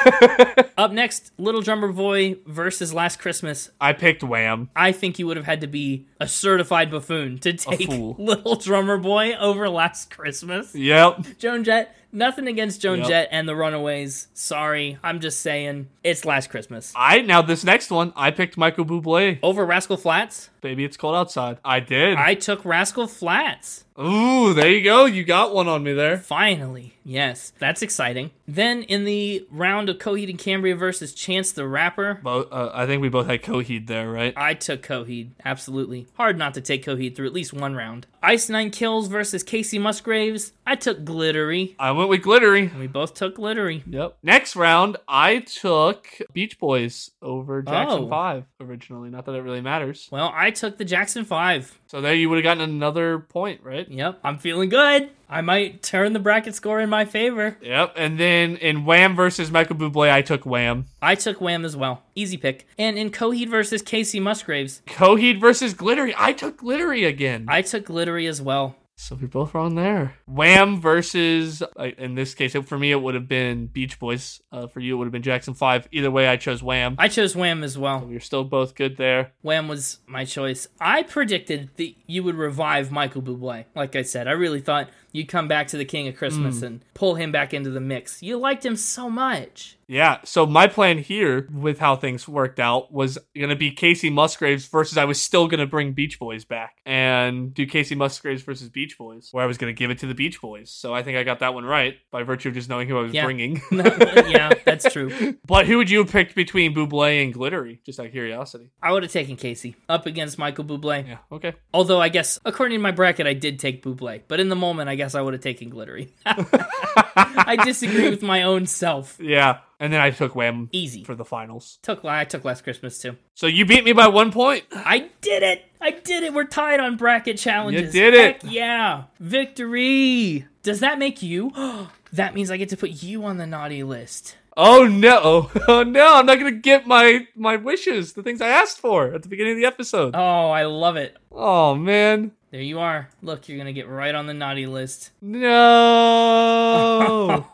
A: Up next, Little Drummer Boy versus Last Christmas.
C: I picked Wham.
A: I think you would have had to be a certified buffoon to take
C: fool.
A: Little Drummer Boy over Last Christmas.
C: Yep.
A: Joan Jett, nothing against Joan
C: Yep.
A: Jett and the Runaways. Sorry, I'm just saying it's Last Christmas.
C: I now this next one, I picked Michael Bublé.
A: Over Rascal Flats,
C: Baby, it's cold outside. I did.
A: I took Rascal Flats.
C: Ooh, there you go. You got one on me there.
A: Finally, yes, that's exciting. Then in the round of Coheed and Cambria versus Chance the Rapper,
C: Bo- uh, I think we both had Coheed there, right?
A: I took Coheed, absolutely. Hard not to take Coheed through at least one round. Ice Nine Kills versus Casey Musgraves. I took Glittery.
C: I went with Glittery.
A: We both took Glittery.
C: Yep. Next round, I took Beach Boys over Jackson
A: Oh.
C: 5 originally. Not that it really matters.
A: Well, I took the Jackson 5.
C: So there you would have gotten another point, right?
A: Yep, I'm feeling good. I might turn the bracket score in my favor.
C: Yep. And then in Wham versus Michael Bublé, I took Wham.
A: I took Wham as well. Easy pick. And in Coheed versus Casey Musgraves,
C: Coheed versus Glittery, I took Glittery again.
A: I took Glittery as well.
C: So we're both wrong there. Wham versus, like, in this case, for me, it would have been Beach Boys. Uh, for you, it would have been Jackson 5. Either way, I chose Wham.
A: I chose Wham as well.
C: we are still both good there.
A: Wham was my choice. I predicted that you would revive Michael Bublé. Like I said, I really thought you'd come back to the King of Christmas and pull him back into the mix. You liked him so much.
C: Yeah. So my plan here with how things worked out was going to be Casey Musgraves versus I was still going to bring Beach Boys back and do Casey Musgraves versus Beach Boys, where I was going to give it to the Beach Boys. So I think I got that one right by virtue of just knowing who I was
A: Yeah.
C: bringing.
A: yeah, that's true.
C: But who would you have picked between Buble and Glittery? Just out of curiosity.
A: I would have taken Casey up against Michael Bublé.
C: Yeah. Okay.
A: Although I guess according to my bracket, I did take Buble, but in the moment, I guess I would have taken Glittery. I disagree with my own self.
C: Yeah. And then I took Wham
A: Easy.
C: for the finals.
A: Took I took last Christmas too.
C: So you beat me by one point.
A: I did it. I did it. We're tied on bracket challenges.
C: You did it.
A: Heck yeah, victory. Does that make you? that means I get to put you on the naughty list.
C: Oh no! Oh no! I'm not gonna get my my wishes, the things I asked for at the beginning of the episode.
A: Oh, I love it.
C: Oh man.
A: There you are. Look, you're gonna get right on the naughty list.
C: No.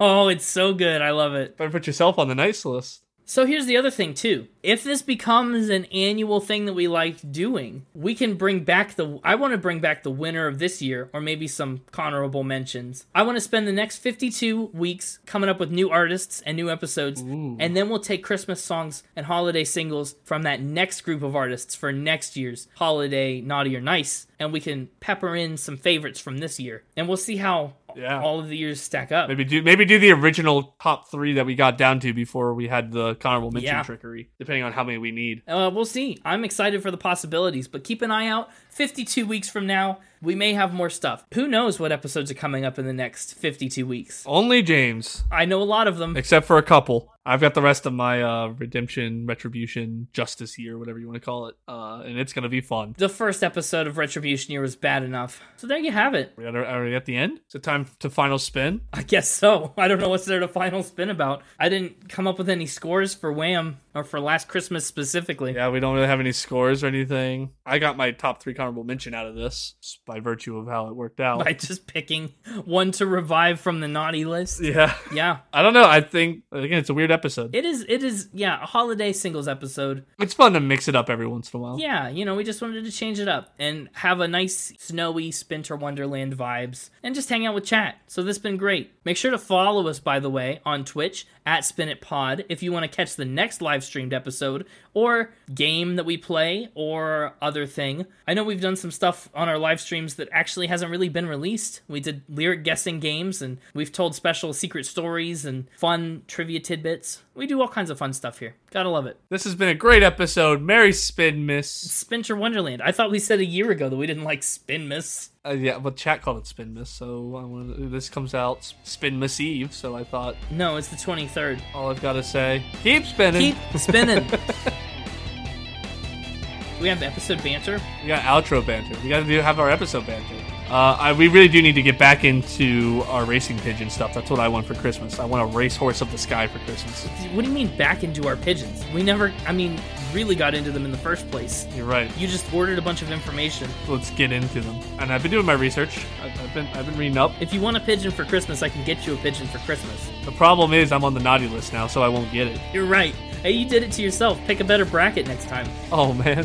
A: Oh, it's so good. I love it.
C: Better put yourself on the nice list.
A: So here's the other thing too. If this becomes an annual thing that we like doing, we can bring back the I want to bring back the winner of this year or maybe some honorable mentions. I want to spend the next 52 weeks coming up with new artists and new episodes and then we'll take Christmas songs and holiday singles from that next group of artists for next year's holiday naughty or nice and we can pepper in some favorites from this year and we'll see how
C: Yeah.
A: all of the years stack up.
C: Maybe do maybe do the original top three that we got down to before we had the honorable mention
A: Yeah.
C: trickery, depending on how many we need.
A: Uh, we'll see. I'm excited for the possibilities, but keep an eye out. 52 weeks from now, we may have more stuff. Who knows what episodes are coming up in the next 52 weeks?
C: Only James,
A: I know a lot of them.
C: except for a couple. I've got the rest of my uh, redemption, retribution, justice year, whatever you want to call it, uh, and it's gonna be fun.
A: The first episode of Retribution Year was bad enough. So there you have it.
C: We are are we at the end? Is it time to final spin?
A: I guess so. I don't know what's there to final spin about. I didn't come up with any scores for Wham or for Last Christmas specifically.
C: Yeah, we don't really have any scores or anything. I got my top three honorable mention out of this just by virtue of how it worked out.
A: By just picking one to revive from the naughty list.
C: yeah.
A: Yeah.
C: I don't know. I think again, it's a weird episode.
A: It is, it is, yeah, a holiday singles episode.
C: it's fun to mix it up every once in a while.
A: Yeah, you know, we just wanted to change it up and have a nice snowy Spinter Wonderland vibes and just hang out with chat. So this has been great. Make sure to follow us, by the way, on Twitch at Spin It Pod if you want to catch the next live streamed episode or game that we play or other thing. I know we've done some stuff on our live streams that actually hasn't really been released. We did lyric guessing games and we've told special secret stories and fun trivia tidbits. We do all kinds of fun stuff here. Gotta love it.
C: This has been a great episode. Merry Spin Miss.
A: Spinter Wonderland. I thought we said a year ago that we didn't like Spin Miss.
C: Uh, yeah, but chat called it Spin Miss, so I wanted, this comes out s- Spin Miss Eve. So I thought
A: No, it's the 23rd.
C: all I've got to say, keep spinning.
A: Keep spinning. we have episode banter.
C: We got outro banter. We got to do, have our episode banter. Uh, I, we really do need to get back into our racing pigeon stuff. That's what I want for Christmas. I want a racehorse of the sky for Christmas.
A: What do you mean back into our pigeons? We never, I mean, really got into them in the first place.
C: You're right.
A: You just ordered a bunch of information.
C: Let's get into them. And I've been doing my research. I've, I've been I've been reading up.
A: If you want a pigeon for Christmas, I can get you a pigeon for Christmas.
C: The problem is I'm on the naughty list now, so I won't get it.
A: You're right. Hey, you did it to yourself. Pick a better bracket next time.
C: Oh man.